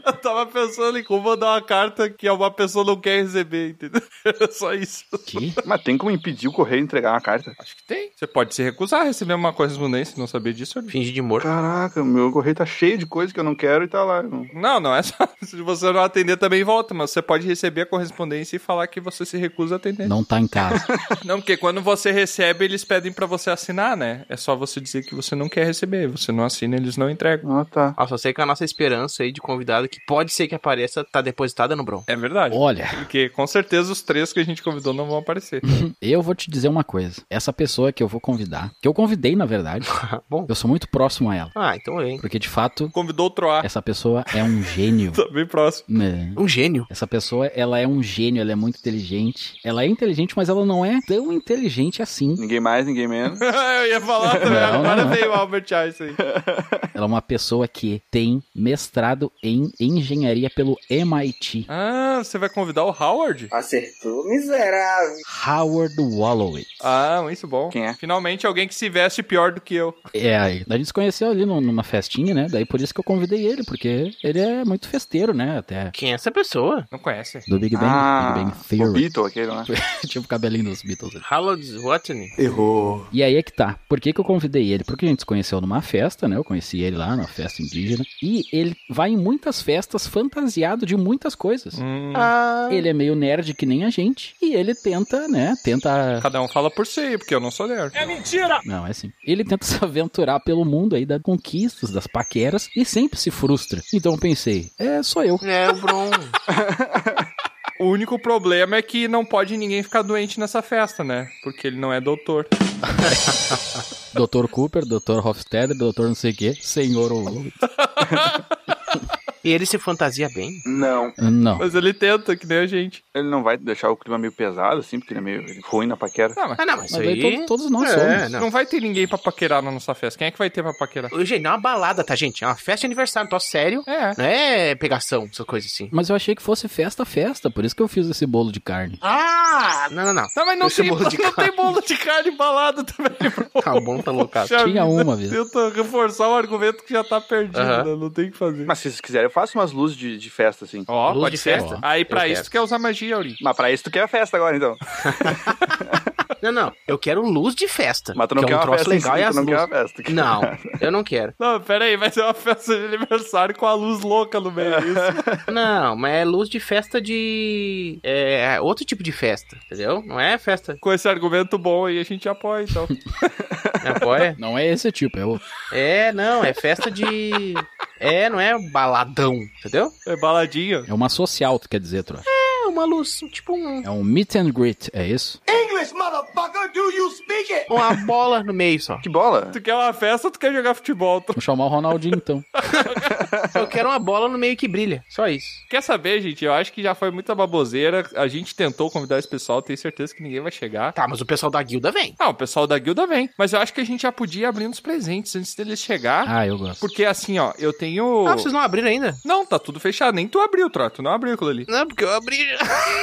Eu tava pensando em como mandar uma carta que uma pessoa não quer receber, entendeu? É só isso.
Que?
Mas tem como impedir o correio de entregar uma carta?
Acho que tem. Você pode se recusar a receber uma correspondência, não sabia disso, é Olivia.
Fingir de morto.
Caraca, meu correio tá cheio de coisa que eu não quero e tá lá.
Não, não é só. Se você não atender, também volta, mas você pode receber a correspondência e falar que você se recusa a atender.
Não tá em casa.
Não, porque quando você recebe, eles pedem pra você assinar, né? É só você dizer que você não quer receber. Você não assina, eles não entregam.
Ah, tá.
Ah, só sei que a nossa esperança aí de convidado que pode ser que apareça tá depositada no Bron.
É verdade.
Olha,
Porque com certeza os três que a gente convidou não vão aparecer.
eu vou te dizer uma coisa. Essa pessoa que eu vou convidar, que eu convidei na verdade,
Bom.
eu sou muito próximo a ela.
Ah, então vem.
Porque de fato,
Convidou o Troar.
essa pessoa é um gênio.
Tá bem próximo.
né?
Um gênio.
Essa pessoa, ela é um gênio, ela é muito inteligente. Ela é inteligente, mas ela não é tão inteligente assim.
Ninguém mais, ninguém menos.
Eu ia falar também.
Não,
Agora
não.
veio o Albert Einstein.
Ela é uma pessoa que tem mestrado em engenharia pelo MIT.
Ah, você vai convidar o Howard?
Acertou, miserável.
Howard Walloway.
Ah, muito bom.
Quem é?
Finalmente alguém que se veste pior do que eu.
É, aí. A gente se conheceu ali num- numa festinha, né? Daí por isso que eu convidei ele, porque ele é muito festeiro, né? Até
Quem é essa pessoa?
Não conhece?
do Big Bang,
ah,
Big Bang
o
Theory.
Beatle, aquele né? lá.
tipo o cabelinho dos Beatles. ali.
Harold Watney.
Errou.
E aí é que tá. Por que, que eu convidei ele? Porque a gente se conheceu numa festa, né? Eu conheci ele lá numa festa indígena. E ele vai em muitas festas fantasiado de muitas coisas.
Hum,
Ah,
Ele é meio nerd que nem a gente. E ele tenta, né? Tenta.
Cada um fala por si, porque eu não sou nerd.
Não, é assim. Ele tenta se aventurar pelo mundo aí das conquistas, das paqueras. E sempre se frustra. Então eu pensei, é, sou eu.
é o Bron.
O único problema é que não pode ninguém ficar doente nessa festa, né? Porque ele não é doutor.
Dr. Cooper, Dr. Hofstadter, Dr. não sei o quê, Senhor Olu.
e ele se fantasia bem.
Não.
Não.
Mas ele tenta, que nem a gente.
Ele não vai deixar o clima meio pesado, assim, porque ele é meio ruim na paquera.
Ah, mas
Ah, não,
Mas
mas, isso
aí
aí...
to- todos nós
É,
somos.
não.
não.
vai ter ninguém pra paquerar na nossa festa. Quem é que vai ter pra paquerar?
Ô, Gente, não é uma balada, tá, gente? É uma festa de aniversário, tô sério.
É.
Não é pegação, essa coisa assim.
Mas eu achei que fosse festa, festa. Por isso que eu fiz esse bolo de carne.
Ah! Não, não, não.
Não, mas não,
Esse
tem,
bolo de
não
carne.
tem bolo de carne embalado também.
Tá bom, tá loucado.
Puxa
Tinha
vida.
uma vez.
Tenta né? reforçar o argumento que já tá perdido,
Aham.
né? Não tem o que fazer.
Mas se vocês quiserem, eu faço umas luzes de, de festa, assim.
Ó,
Luz
pode
de
ser.
festa.
Aí pra
Eu
isso é tu quer usar magia, Aurim.
Mas pra isso tu quer a festa agora, então.
Não, não. Eu quero luz de festa.
Mas tu não
que
quer
é um
uma
troço
festa,
legal
em si,
e as
tu não quer
luzes.
uma festa.
Não, eu não quero.
Não, pera aí, vai ser uma festa de aniversário com a luz louca no meio. é Isso.
Não, mas é luz de festa de. É é outro tipo de festa, entendeu? Não é festa.
com esse argumento bom aí, a gente apoia, então.
Me Apoia?
Não é esse tipo, é o.
É, não, é festa de. É, não é baladão, entendeu?
É baladinha.
É uma social, tu quer dizer, Tro?
É uma luz, tipo um.
É um meet and greet, é isso?
English, motherfucker? Do you speak it?
Uma bola no meio só.
Que bola?
Tu quer uma festa ou tu quer jogar futebol? Tu
Vou chamar o Ronaldinho, então.
Eu quero uma bola no meio que brilha. Só isso.
quer saber, gente? Eu acho que já foi muita baboseira. A gente tentou convidar esse pessoal, tenho certeza que ninguém vai chegar.
Tá, mas o pessoal da guilda vem.
Ah, o pessoal da guilda vem. Mas eu acho que a gente já podia ir abrindo os presentes antes deles chegar.
Ah, eu gosto.
Porque assim, ó, eu tenho.
Ah, vocês não abriram ainda?
Não, tá tudo fechado. Nem tu abriu, Troa. Tu não abriu aquilo ali.
Não, porque eu abri.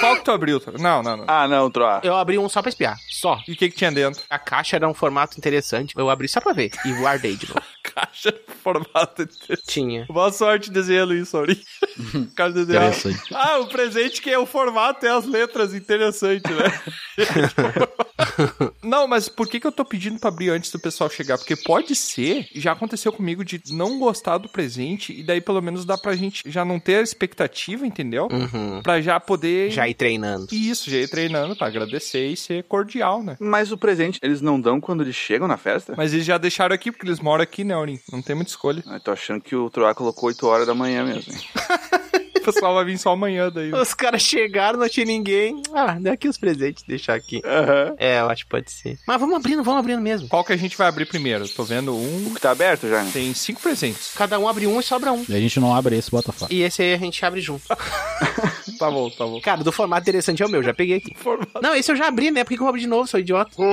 Qual que tu abriu, Troa? Não, não, não.
Ah, não, Troa.
Eu abri um só pra espiar. Só.
E o que que tinha dentro?
A caixa era um formato interessante. Eu abri só pra ver. E guardei de novo.
Caixa um formada de...
Tinha.
Boa sorte desenhando isso, Aurinho.
Uhum.
Caixa de desenhar.
Interessante.
Ah, o presente que é o formato é as letras. Interessante, né? não, mas por que, que eu tô pedindo pra abrir antes do pessoal chegar? Porque pode ser, já aconteceu comigo de não gostar do presente e daí pelo menos dá pra gente já não ter a expectativa, entendeu?
Uhum.
Pra já poder...
Já ir treinando.
Isso, já ir treinando pra agradecer e ser cordial, né?
Mas o presente eles não dão quando eles chegam na festa?
Mas eles já deixaram aqui, porque eles moram aqui, né, Aurim? Não tem muita escolha.
Ah, tô achando que o Troá colocou 8 horas da manhã mesmo. hein?
O pessoal vai vir só amanhã daí.
Os caras chegaram, não tinha ninguém. Ah, dá aqui os presentes, deixar aqui.
Aham.
É, eu acho que pode ser. Mas vamos abrindo, vamos abrindo mesmo.
Qual que a gente vai abrir primeiro? Tô vendo um.
O que tá aberto já? né?
Tem cinco presentes.
Cada um abre um e sobra um.
E a gente não abre esse Botafogo.
E esse aí a gente abre junto.
Tá bom, tá bom.
Cara, do formato interessante é o meu, já peguei aqui.
Formato.
Não, esse eu já abri, né? Por que que eu abri de novo, sou idiota?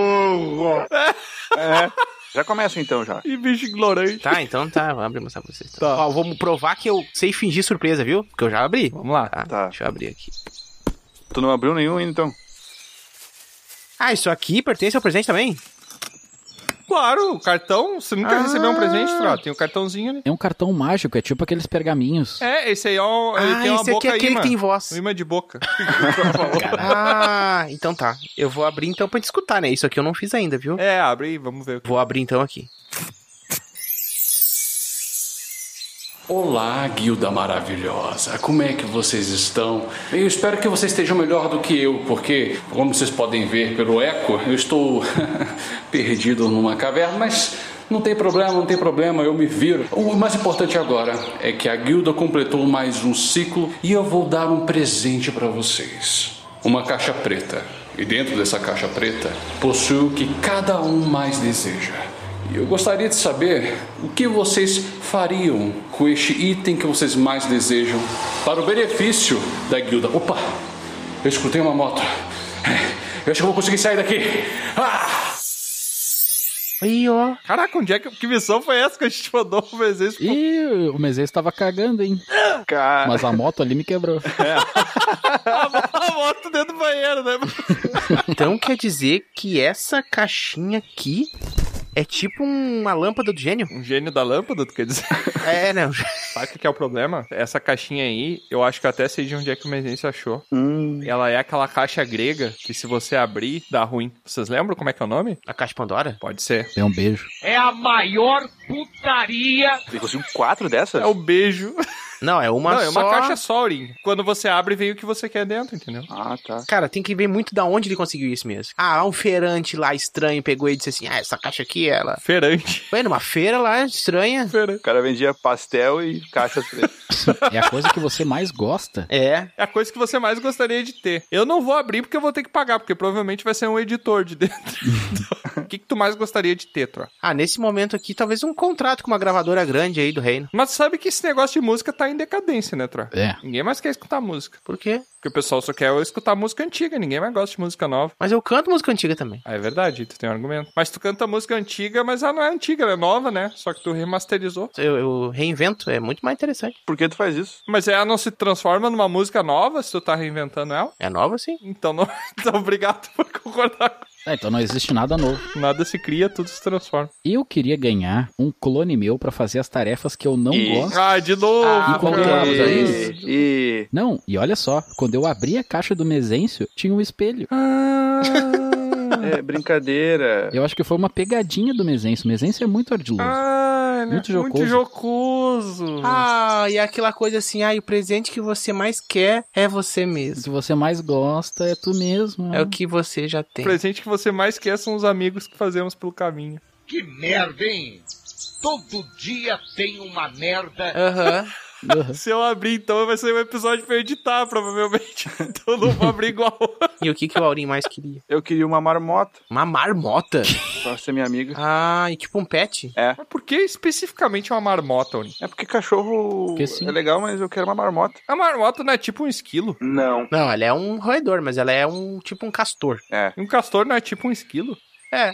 É.
Já começa então já.
E bicho ignorante.
Tá, então tá, vou abrir e mostrar pra vocês.
Tá.
Tá. Ó, vamos provar que eu sei fingir surpresa, viu? Porque eu já abri.
Vamos lá.
Tá,
Tá.
deixa eu abrir aqui.
Tu não abriu nenhum ainda então?
Ah, isso aqui pertence ao presente também?
Claro, o cartão. Você nunca
Ah.
recebeu um presente, Tró. Tem o cartãozinho ali.
É um cartão mágico, é tipo aqueles pergaminhos.
É, esse aí é o. Ele
ah,
tem uma
esse aqui
boca
é aquele
imã.
que tem voz.
Um imã de boca. Caralho.
é Ah, então tá. Eu vou abrir então pra te escutar, né? Isso aqui eu não fiz ainda, viu?
é, abre aí, vamos ver.
Vou abrir então aqui.
Olá, guilda maravilhosa. Como é que vocês estão? Eu espero que vocês estejam melhor do que eu, porque, como vocês podem ver pelo eco, eu estou perdido numa caverna, mas não tem problema, não tem problema, eu me viro. O mais importante agora é que a guilda completou mais um ciclo e eu vou dar um presente para vocês. Uma caixa preta. E dentro dessa caixa preta possui o que cada um mais deseja. E Eu gostaria de saber o que vocês fariam com este item que vocês mais desejam para o benefício da guilda. Opa, eu escutei uma moto. É, Eu acho que eu vou conseguir sair daqui. Ah!
Aí, ó.
Caraca, onde é que. Que missão foi essa que a gente mandou um pro presente?
Ih, o Mezê estava cagando, hein?
Ah.
Cara.
Mas a moto ali me quebrou.
É. A moto dentro do banheiro, né?
Então quer dizer que essa caixinha aqui é tipo uma lâmpada do gênio?
Um gênio da lâmpada, tu quer dizer?
É, né?
Sabe o que que é o problema? Essa caixinha aí, eu acho que eu até sei de onde é que o Mezense achou. Ela é aquela caixa grega que se você abrir, dá ruim. Vocês lembram como é que é o nome?
A caixa de Pandora?
Pode ser.
É um beijo.
É a maior putaria.
Ele conseguiu quatro dessas?
É o beijo.
Não, é uma
Não, é
só.
uma caixa Sorin. Quando você abre, vem o que você quer dentro, entendeu?
Ah, tá.
Cara, tem que ver muito da onde ele conseguiu isso mesmo. Ah, um feirante lá estranho pegou e disse assim: Ah, essa caixa aqui, ela.
Ferante.
Foi numa feira lá estranha.
O cara vendia pastel e caixas pretas.
É a coisa que você mais gosta.
É.
É a coisa que você mais gostaria de ter. Eu não vou abrir porque eu vou ter que pagar, porque provavelmente vai ser um editor de dentro. O que, que tu mais gostaria de ter, Tro?
Ah, nesse momento aqui, talvez um contrato com uma gravadora grande aí do reino.
Mas sabe que esse negócio de música tá em decadência, né, Tro?
É.
Ninguém mais quer escutar música.
Por quê?
Porque o pessoal só quer escutar música antiga, ninguém mais gosta de música nova.
Mas eu canto música antiga também.
Ah, é verdade, tu tem um argumento. Mas tu canta música antiga, mas ela não é antiga, ela é nova, né? Só que tu remasterizou.
Eu, eu reinvento, é muito mais interessante.
Por que tu faz isso?
Mas ela não se transforma numa música nova se tu tá reinventando ela?
É nova, sim.
Então, não... então obrigado por concordar. com-
É, então não existe nada novo.
Nada se cria, tudo se transforma.
Eu queria ganhar um clone meu pra fazer as tarefas que eu não
E-
gosto.
Ah, de novo!
Ah,
cara.
controlamos aí.
E.
Não, e olha só, quando eu abri a caixa do Mesêncio, tinha um espelho.
Ah,
É brincadeira.
Eu acho que foi uma pegadinha do Mesêncio. O Mesêncio é muito ardiloso.
né?
ah, ele é
Muito jocoso.
Muito jocoso.
Ah, e aquela coisa assim, ah, e o presente que você mais quer é você
O
mesmo.
que você mais gosta é tu mesmo. né?
É o que você já
O
tem.
presente que você mais quer são os amigos que fazemos pelo caminho.
Que merda, hein? Todo dia tem uma merda.
Aham.
Se eu abrir, então vai ser um episódio pra eu editar, provavelmente. Então eu não vou abrir igual.
E o que, que o Aurim mais queria?
Eu queria uma marmota
Uma marmota?
pra ser minha amiga.
Ah, e tipo um pet?
É. Mas por que especificamente uma marmota, Oni?
É porque cachorro
Porque sim.
é legal, mas eu quero uma marmota.
A marmota não é tipo um esquilo?
Não.
Não, ela é um roedor, mas ela é um tipo um castor.
É.
E um castor não é tipo um esquilo?
É.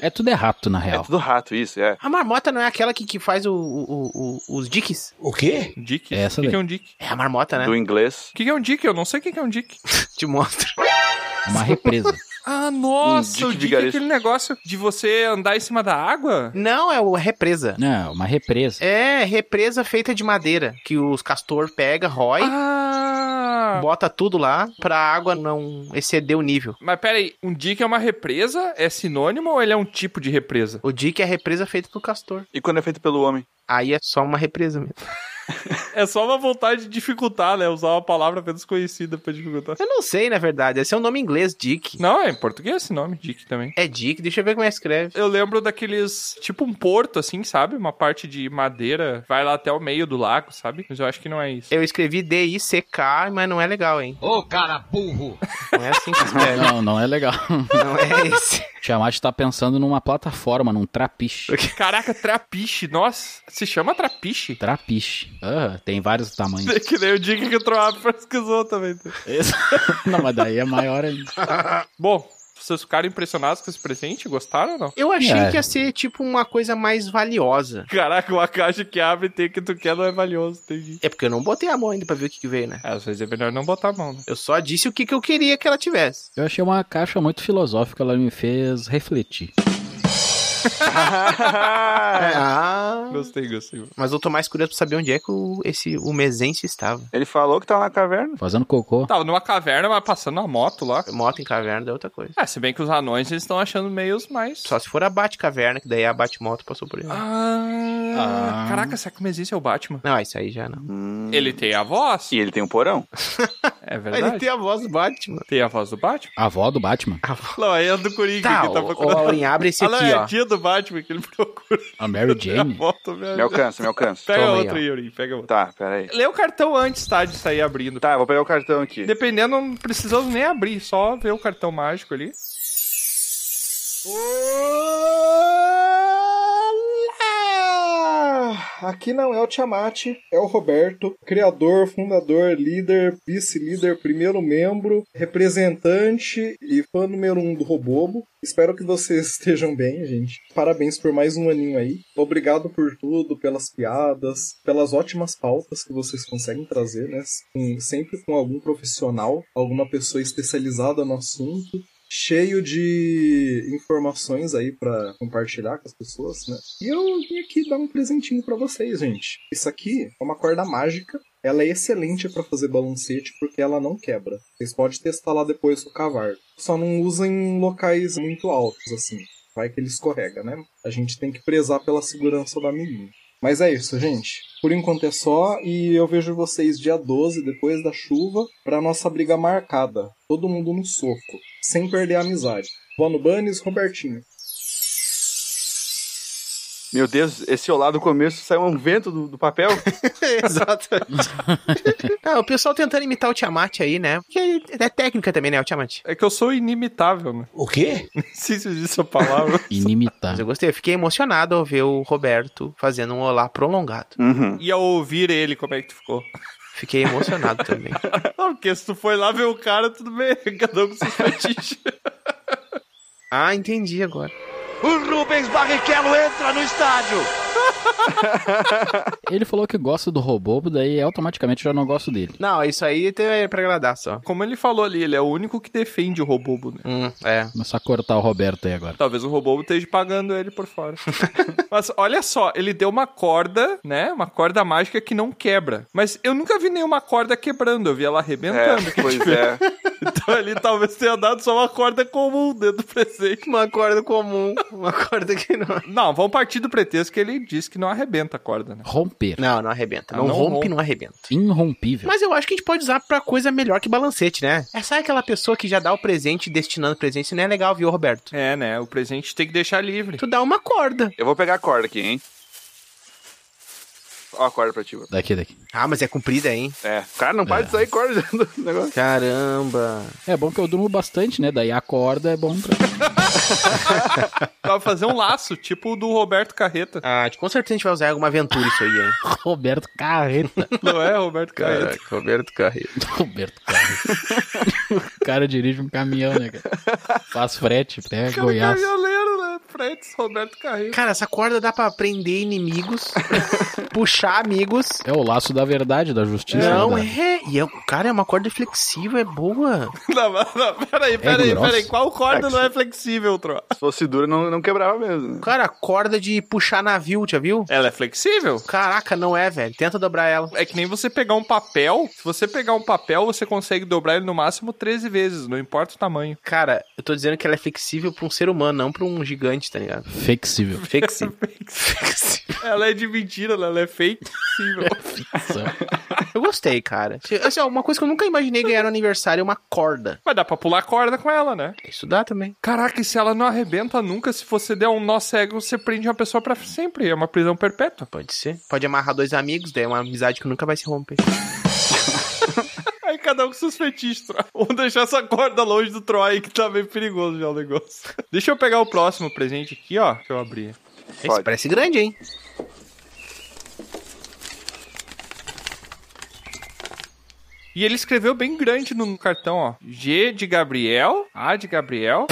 É tudo é rato, na
É
real.
tudo rato, isso, é.
A marmota não é aquela que, que faz o, o- o- o- os diques?
O quê?
Dick?
Essa
o que,
daí.
que é um dick?
É a marmota, né?
Do inglês.
O que, que é um dick? Eu não sei o que, que é um dick.
Te mostra.
É uma represa.
Ah, nossa!
Um dick
o dick é
vigarista.
aquele negócio de você andar em cima É da água?
Não, é o represa.
Não, uma represa.
É represa feita de madeira, que os castor pega, rói,
Ah!
bota tudo lá pra água não exceder o nível.
Mas peraí, um dick é uma represa? É sinônimo ou ele é um tipo de represa?
O dique é a represa feita do castor.
E quando é feito pelo homem?
Aí é só uma represa mesmo.
É só uma vontade de dificultar, né? Usar uma palavra apenas conhecida pra dificultar.
Eu não sei, na verdade. Esse é o nome em inglês, dique.
Não, é em português esse nome, dick também.
É dique, deixa eu ver como é que escreve.
Eu lembro daqueles, tipo um porto, assim, sabe? Uma parte de madeira, vai lá até o meio do lago, sabe? Mas eu acho que não é isso.
Eu escrevi D-I-C-K, mas não é legal, hein?
Ô, cara burro!
Não é assim que escreve.
Não, não é legal.
não é esse.
Tiamat tá pensando numa plataforma, num trapiche.
Caraca, trapiche, nossa, se chama trapiche?
Trapiche. Ah, tem vários tamanhos.
É que nem o dica que eu trovava pra esquisou também.
Esse- Não, mas daí é maior ainda.
Bom, vocês ficaram impressionados com esse presente? Gostaram ou não?
Eu achei
É.
que ia ser, tipo, uma coisa mais valiosa.
Caraca, uma caixa que abre e tem o que tu quer não é valioso, entendi.
É porque eu não botei a mão ainda pra ver o que, que veio, né?
É, às vezes é melhor não botar a mão, né?
Eu só disse o que, que eu queria que ela tivesse.
Eu achei uma caixa muito filosófica, ela me fez refletir.
É.
Ah.
Gostei, gostei.
Mas eu tô mais curioso pra saber onde é que o, esse, o mesense estava.
Ele falou que tava na caverna.
Fazendo cocô.
Tava numa caverna, mas passando a moto lá.
Moto em caverna é outra coisa.
É, se bem que os anões eles estão achando meios mais.
Só se for a Bate-Caverna, que daí a Bate-Moto passou por ele.
Ah,
Ah.
Caraca, será que o Mesinho é o Batman?
Não, isso aí já não.
Ele tem a voz.
E ele tem um porão.
É verdade. Tem...
a voz do Batman.
a voz do Batman?
A avó do Batman.
Não, aí é do Coringa
Tá,
que tá
o, o
procurando.
Aurim, abre esse
ah, não,
aqui,
é
ó.
a tia do Batman que ele procura.
A Mary
a
Jane.
moto, velho.
Me alcança, me alcança.
Pega
Toma aí,
outro,
ó.
Yuri, pega outro.
Tá, peraí.
Lê o cartão antes, tá, de sair abrindo.
Tá, vou pegar o cartão aqui.
Dependendo, não precisamos nem abrir, só ver o cartão mágico ali.
Olá! Aqui não é o Tiamat, é o Roberto, criador, fundador, líder, vice-líder, primeiro membro, representante e fã número um do Robobo. Espero que vocês estejam bem, gente. Parabéns por mais um aninho aí. Obrigado por tudo, pelas piadas, pelas ótimas pautas que vocês conseguem trazer, né? Com- sempre com algum profissional, alguma pessoa especializada no assunto cheio de informações aí pra compartilhar com as pessoas, né? E eu vim aqui dar um presentinho pra vocês, gente. Isso aqui é uma corda mágica. Ela é excelente pra fazer balancete porque ela não quebra. Vocês podem testar lá depois com o cavalo. Só não usem em locais muito altos assim. Vai que ele escorrega, né? A gente tem que prezar pela segurança do amiguinho. Mas é isso, gente. Por enquanto é só e eu vejo vocês dia 12, depois da chuva, pra nossa briga marcada. Todo mundo no soco, sem perder a amizade. Bono Banes, Robertinho.
Meu Deus, esse olá do começo saiu um vento do, do papel.
Exatamente. ah, o pessoal tentando imitar o Tiamat aí, né? Porque é técnica também, né, o Tiamat?
É que eu sou inimitável, né?
O quê?
Nem sei se existe a palavra.
Mas
Inimitável.
eu gostei, eu fiquei emocionado ao ver o Roberto fazendo um olá prolongado.
Uhum.
e ao ouvir ele, como é que tu ficou?
Fiquei emocionado também.
Não, porque se tu foi lá ver o cara, tudo bem. Cada um com seus fetiches.
Ah, entendi agora.
O Rubens Barrichello entra no estádio!
Ele falou que gosta do robô, daí automaticamente eu já não gosto dele.
Não, isso aí é pra agradar só.
Como ele falou ali, ele é o único que defende o Robobo, né?
Hum, é.
Começar a cortar o Roberto aí agora.
Talvez o Robobo esteja pagando ele por fora. Mas olha só, ele deu uma corda, né? Uma corda mágica que não quebra. Mas eu nunca vi nenhuma corda quebrando, eu vi ela arrebentando.
É, pois é.
Então ele talvez tenha dado só uma corda comum dentro do presente.
Uma corda comum, uma corda que não.
Não, vamos partir do pretexto que ele disse que não arrebenta a corda, né?
Romper.
Não, não arrebenta.
Ah,
Não,
não
rompe,
rompe.
não arrebenta.
Irrompível.
Mas eu acho que a gente pode usar pra coisa melhor que balancete, né? Essa é aquela pessoa que já dá o presente destinando o presente, isso não é legal, viu, Roberto?
É, né? O presente tem que deixar livre.
Tu dá uma corda.
Eu vou pegar a corda aqui, hein? Ó, a corda pra ti, bro.
Daqui, daqui.
Ah, mas é comprida, hein?
É. Cara, não para de sair corda do negócio.
Caramba.
É bom que eu durmo bastante, né? Daí a corda é bom pra...
Pra fazer um laço, tipo o do Roberto Carreta.
Ah, com certeza a gente vai usar em alguma aventura isso aí, hein?
Roberto Carreta.
Não é, Roberto Carreta?
Roberto Carreiro.
Roberto Carreta. o cara dirige um caminhão, né, cara? Faz frete, pega
Cara,
É Goiás.
caminhoneiro, né? Freitas, Roberto Carreta.
Cara, essa corda dá pra prender inimigos, puxar amigos.
É o laço da verdade, da justiça.
não
né, da-
é. E é, cara, é uma corda flexível, é boa.
Não, mas- não,
É
peraí, peraí,
grossa?
peraí. Qual corda não é flexível, Tro?
Se fosse dura, não, não quebrava mesmo. né?
Cara, a corda de puxar navio, já viu?
Ela é flexível?
Caraca, não é, velho. Tenta dobrar ela.
É que nem você pegar um papel. Se você pegar um papel, você consegue dobrar ele no máximo 13 vezes, não importa o tamanho.
Cara, eu tô dizendo que ela é flexível pra um ser humano, não pra um gigante, tá ligado?
Flexível.
Flexível.
Ela é de mentira, ela é flexível.
eu gostei, cara. Assim, ó, uma coisa que eu nunca imaginei ganhar no aniversário é uma corda.
Mas dá pra pular corda com ela, né?
Isso dá também.
Caraca, e se ela não arrebenta nunca, se você der um nó cego, você prende uma pessoa pra sempre. É uma prisão perpétua.
Pode ser. Pode amarrar dois amigos, daí é uma amizade que nunca vai se romper.
Aí cada um com seus fetiches, Troy. Vamos deixar essa corda longe do Troy, que tá meio perigoso já o negócio. Deixa eu pegar o próximo presente aqui, ó, que eu abri.
Esse parece grande, hein?
E ele escreveu bem grande no cartão, ó. G de Gabriel, A de Gabriel,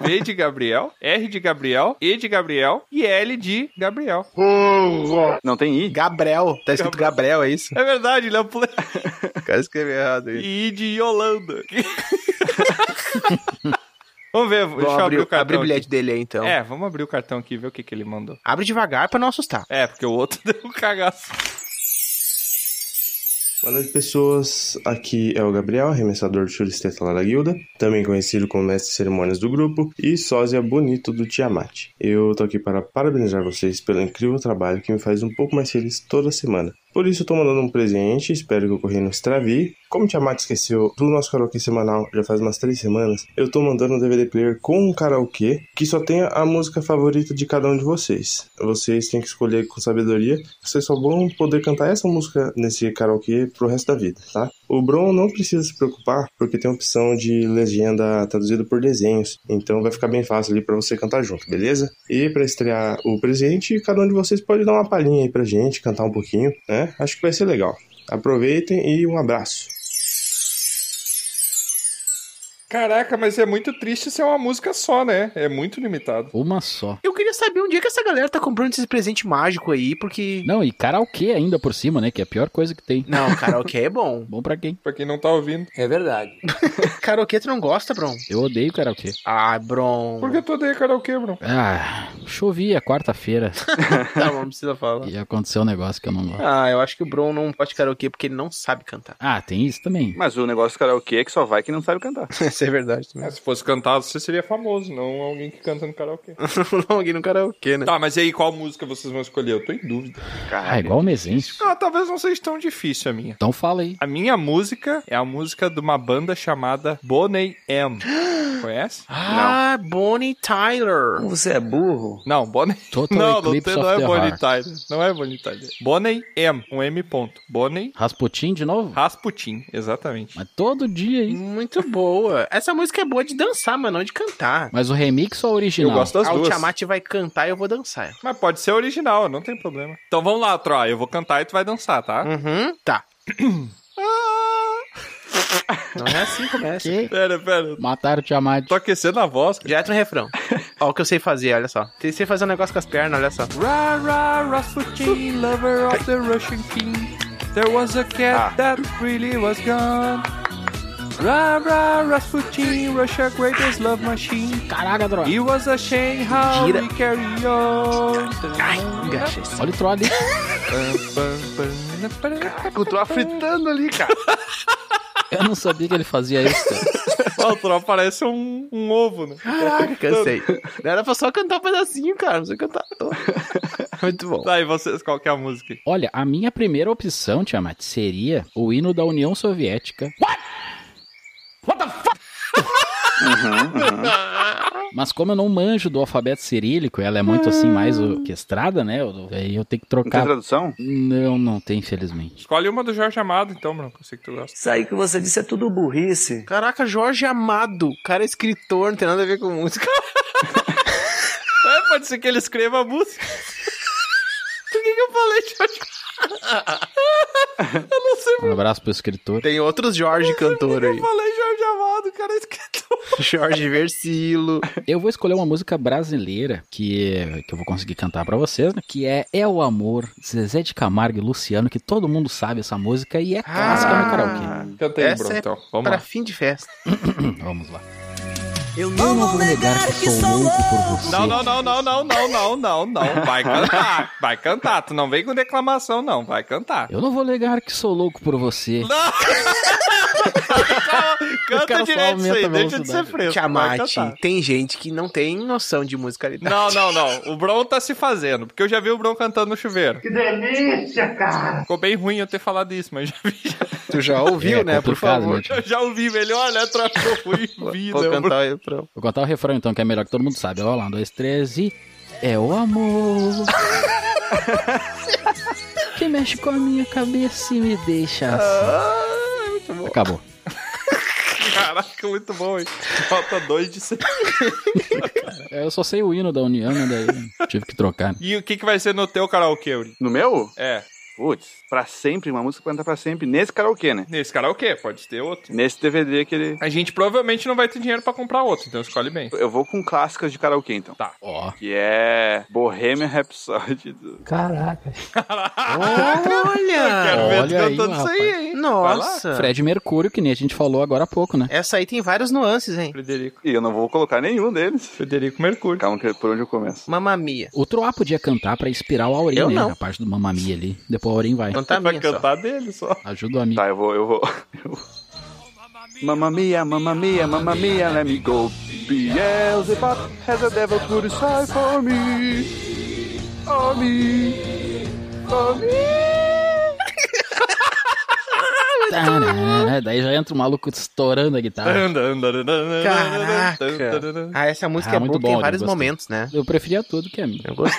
B de Gabriel, R de Gabriel, E de Gabriel e L de Gabriel.
Não tem I?
Gabriel. Tá escrito Gabriel, é isso?
É verdade, ele é um play-
O cara escreveu errado aí.
E I de Yolanda. Vamos ver, deixa
Bom,
eu
abre,
abrir o cartão.
abre o
aqui.
bilhete dele aí, então.
É, vamos abrir o cartão aqui e ver o que, que ele mandou.
Abre devagar pra não assustar.
É, porque o outro deu um cagaço.
Boa noite, pessoas. Aqui é o Gabriel, arremessador de chulisteta lá da guilda, também conhecido como mestre de cerimônias do grupo e sósia bonito do Tiamat. Eu tô aqui para parabenizar vocês pelo incrível trabalho que me faz um pouco mais feliz toda semana. Por isso, tô mandando um presente, espero que o correio não extravie. Como o Tiamat esqueceu do nosso karaokê semanal já faz umas três semanas, eu tô mandando um DVD player com um karaokê que só tenha a música favorita de cada um de vocês. Vocês têm que escolher com sabedoria, vocês só vão poder cantar essa música nesse karaokê pro resto da vida, tá? O Bron não precisa se preocupar, porque tem a opção de legenda traduzida por desenhos, então vai ficar bem fácil ali pra você cantar junto, beleza? E pra estrear o presente, cada um de vocês pode dar uma palhinha aí pra gente, cantar um pouquinho, né? Acho que vai ser legal. Aproveitem e um abraço.
Caraca, mas é muito triste ser uma música só, né? É muito limitado.
Uma só.
Eu queria saber onde é que essa galera tá comprando esse presente mágico aí, porque.
Não, e karaokê ainda por cima, né? Que é a pior coisa que tem.
Não, karaokê é bom.
Bom pra quem?
Pra quem não tá ouvindo.
É verdade.
karaokê tu não gosta, Bron?
Eu odeio karaokê.
Ah, Bron.
Por que tu odeia karaokê, Bruno?
Ah, chovia quarta-feira
Tá bom, não precisa falar.
e aconteceu um negócio que eu não gosto.
Ah, eu acho que o Bron não pode karaokê porque ele não sabe cantar.
Ah, tem isso também.
Mas o negócio do karaokê é que só vai quem não sabe cantar.
Isso é verdade também.
É, se fosse cantar, você seria famoso, não alguém que canta no karaokê.
não, alguém no karaokê, né?
tá, mas e aí, qual música vocês vão escolher? Eu tô em dúvida.
Ah, igual o mesinho.
Ah, talvez não seja tão difícil a minha.
Então fala aí.
A minha música é a música de uma banda chamada Bonnie M. Conhece?
Ah, Bonnie Tyler.
Você é burro?
Não, Bonnie...
Total
não, não,
Eclipse
tem-
of
não
the
é Bonnie
Heart.
Tyler. Não é Bonnie Tyler. Bonnie M, um M ponto. Bonnie
Rasputin de novo?
Rasputin, exatamente.
Mas todo dia, hein?
Muito boa. Essa música é boa de dançar, mas não de cantar.
Mas o remix ou o
Eu
original?
gosto das
Ah, o
duas.
Tiamat vai cantar e eu vou dançar.
Mas pode ser original, não tem problema. Então vamos lá, Troy. Eu vou cantar e tu vai dançar, tá?
Uhum, tá. Não é assim que começa.
Que?
Pera, pera.
Mataram o Tiamat.
Tô aquecendo a voz.
Direto no refrão. Ó, o que eu sei fazer, olha só. Eu sei fazer um negócio com as pernas, olha só.
Ra ra Rasputin, lover of the Russian king. There was a cat
Ah.
that really was gone. Ra ra Rasputin, Russia greatest love machine.
Caraca, droga.
He was a shame how
Gira.
we carry on.
Ai, engaixei.
Olha o troll ali.
O Troá fritando ali, cara.
Eu não sabia que ele fazia isso. cara.
Ó, O Troll parece um, um ovo, né?
Caraca, cansei. Não era pra só cantar um pedacinho, cara. Não sei cantar todo. Muito bom.
Tá, e vocês, qual que é a música?
Olha, a minha primeira opção, Tiamat, seria o hino da União Soviética. What? What the fuck? Uhum, Mas como eu não manjo do alfabeto cirílico, ela é muito assim, mais orquestrada, né? Eu- Aí eu tenho que trocar.
tem tradução?
Não, não tem, infelizmente.
Escolhe uma do Jorge Amado, então, Branco. Eu sei que tu gosta.
Isso aí que você disse é tudo burrice. Caraca, Jorge Amado. O cara é escritor, não tem nada a ver com música.
É, pode ser que ele escreva a música. Por que, que eu falei Jorge Amado? eu não sei por
Um abraço pro escritor.
Tem outros Jorge cantor
que eu falei Jorge Amado, cara. Isso que
Jorge Versilo.
Eu vou escolher uma música brasileira que, que eu vou conseguir cantar pra vocês, né? Que é É o Amor, Zezé de Camargo e Luciano, que todo mundo sabe essa música e é clássica
Ah.
no karaokê.
Canta aí, Bruno, então. Vamos
é
lá.
pra fim de festa.
Vamos lá.
Eu
não, vou negar que sou louco por você.
Não, não, não, não, não, não, não, não, não. Vai cantar, vai cantar. Tu não vem com declamação, não. Vai cantar.
Eu não vou negar que sou louco por você.
Os
Canta
caras só
direito isso aí,
aumentam a
deixa de ser
velocidade.
fresco. vai cantar.
Tiamat, tem gente que não tem noção de musicalidade.
Não, não, não. O Bron tá se fazendo, porque eu já vi o Bron cantando no chuveiro.
Que delícia, cara!
Ficou bem ruim eu ter falado isso, mas
É
já vi.
Tu já ouviu,
É,
né? Por
complicado,
favor.
né,
Eu já ouvi, velho. Olha, trocou ruim vida.
Vou
o Bron.
cantar aí pra...
Vou contar o refrão então, que é melhor que todo mundo sabe. Olha lá, um, dois, três e. É o amor que mexe com a minha cabeça e me deixa assim.
Ah, é muito bom.
Acabou.
Caraca, muito bom, hein? Falta dois de ser.
É, Eu só sei o hino da União, né? Daí tive que trocar. né?
E o que, que vai ser no teu karaokê, Yuri?
No meu?
É,
Putz, pra sempre, uma música pra cantar pra sempre. Nesse karaokê, né?
nesse karaokê, pode ter outro.
Nesse DVD que ele.
A gente provavelmente não vai ter dinheiro pra comprar outro, então escolhe bem.
Eu vou com clássicas de karaokê, então.
Tá.
Ó.
Que é Bohemian Rhapsody. do-
Olha!
Quero ver tu
Olha aí,
cantando isso aí,
rapaz.
hein?
Nossa! É,
Fred Mercúrio, que nem a gente falou agora há pouco, né?
Essa aí tem várias nuances, hein?
Frederico.
E eu não vou colocar nenhum deles.
Frederico Mercúrio.
Calma, que é por onde eu começo.
Mamamia.
O Troá podia cantar pra inspirar o Aurim,
Eu
né?
não.
A parte do Mamamia ali. Depois o Aurim vai.
Então tá
vai
minha só.
cantar dele só.
Ajuda o amigo.
Tá, eu vou, eu vou. Eu vou. Mamma mia, mamma mia, mamma mia, let me go. Beelzebub has a devil put aside for me. For me. For me.
Tarará, Daí já entra o maluco estourando a guitarra.
Caraca! Ah, essa música
Ah,
é
muito
boa, tem
bom,
vários
eu gostei.
momentos, né?
Eu preferia tudo que é a minha.
Eu gosto.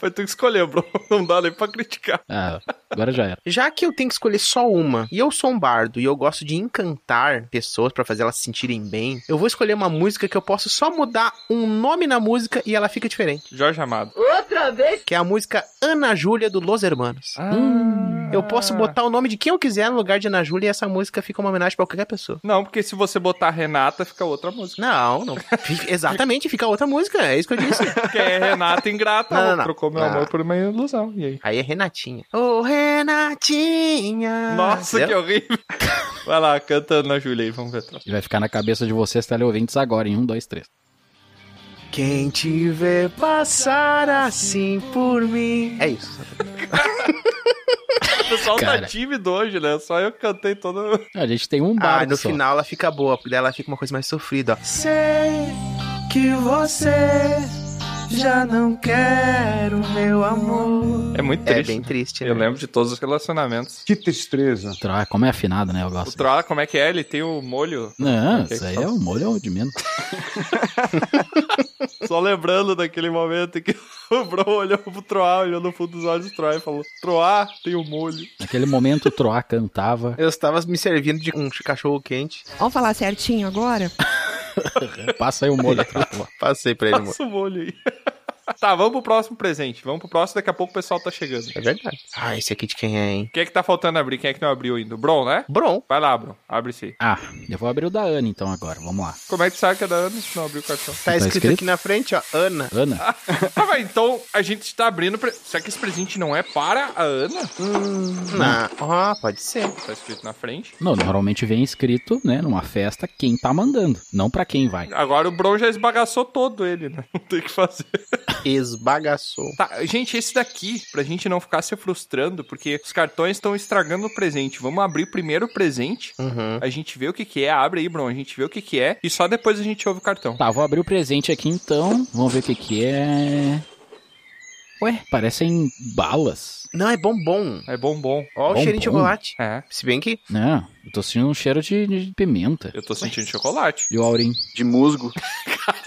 Foi tu que escolheu, bro. Não dá nem pra criticar.
Ah, agora já era.
Já que eu tenho que escolher só uma, e eu sou um bardo e eu gosto de encantar pessoas pra fazer elas se sentirem bem, eu vou escolher uma música que eu posso só mudar um nome na música e ela fica diferente.
Jorge Amado.
Outra vez?
Que é a música Ana Júlia do Los Hermanos.
Ah.
Hum, Eu posso botar o nome de quem eu quiser no lugar de Ana Júlia e essa música fica uma homenagem pra qualquer pessoa.
Não, porque se você botar Renata, fica outra música.
Não, não. Fica- Exatamente, fica outra música. É isso que eu disse.
Porque é Renata ingrata.
Não, não,
ela
não.
Trocou meu
Não.
amor por uma ilusão. E aí?
Aí é Renatinha. Ô,
Ah.
Renatinha.
Nossa,
Entendeu?
que horrível. Vai lá, cantando na Júlia aí, vamos ver atrás.
E vai ficar na cabeça de vocês teleouvintes agora, em um, dois, três.
Quem te vê passar assim por mim. É isso.
O pessoal tá
Cara.
tímido hoje, né? Só eu que cantei todo.
A gente tem um
Ah,
bardo
no
só.
final ela fica boa, porque daí ela fica uma coisa mais sofrida, ó. Sei que você já não quer o meu amor.
É muito
É
triste.
bem triste, né?
Eu lembro de todos os relacionamentos.
Que tristeza.
Troá, como é afinado, né? Eu gosto.
O Troá, como é que é? Ele tem o molho.
Não,
Ok,
isso aí
só-
é o molho é o de menos.
Só lembrando daquele momento em que o Bro olhou pro Troá, olhou no fundo dos olhos do Troá e falou: Troá, tem o molho.
Naquele momento o Troá cantava.
Eu estava me servindo de um cachorro quente.
Vamos falar certinho agora?
Passa aí o né, molho. Troá.
Passei pra ele, amor.
Passa o molho aí. tá, vamos pro próximo presente. Vamos pro próximo, daqui a pouco o pessoal tá chegando.
É verdade. Ah, esse aqui de quem é, hein?
Quem é que tá faltando abrir? Quem é que não abriu ainda? O Bron, né?
Bron.
Vai lá, Bron. Abre se aí.
Ah, eu vou abrir o da Ana então agora, vamos lá.
Como é que sabe que é da Ana se não abriu o cartão?
Tá,
Tá
escrito,
escrito?
aqui na frente, ó. Ana.
Ana,
Ah, vai, então a gente tá abrindo. Pre... Será que esse presente não é para a Ana?
Na. Ó, Hum, Ah, pode ser.
Tá escrito na frente.
não, normalmente vem escrito, né, numa festa, quem tá mandando, não pra quem vai.
Agora o Bron já esbagaçou todo ele, né? Não tem o que fazer.
Esbagaçou.
Tá, gente, esse daqui, pra gente não ficar se frustrando, porque os cartões estão estragando o presente. Vamos abrir primeiro o presente,
Uhum.
a gente vê o que que é, abre aí, Bron, a gente vê o que que é, e só depois a gente ouve o cartão.
Tá, vou abrir o presente aqui então, vamos ver o que que é. Ué, parecem balas.
Não, é bombom.
É bombom.
Ó, o
Bombom? Né?
cheirinho de chocolate.
É,
Se bem que.
Não, eu tô sentindo um cheiro de, de pimenta.
eu tô sentindo chocolate.
E o Aurim?
De musgo.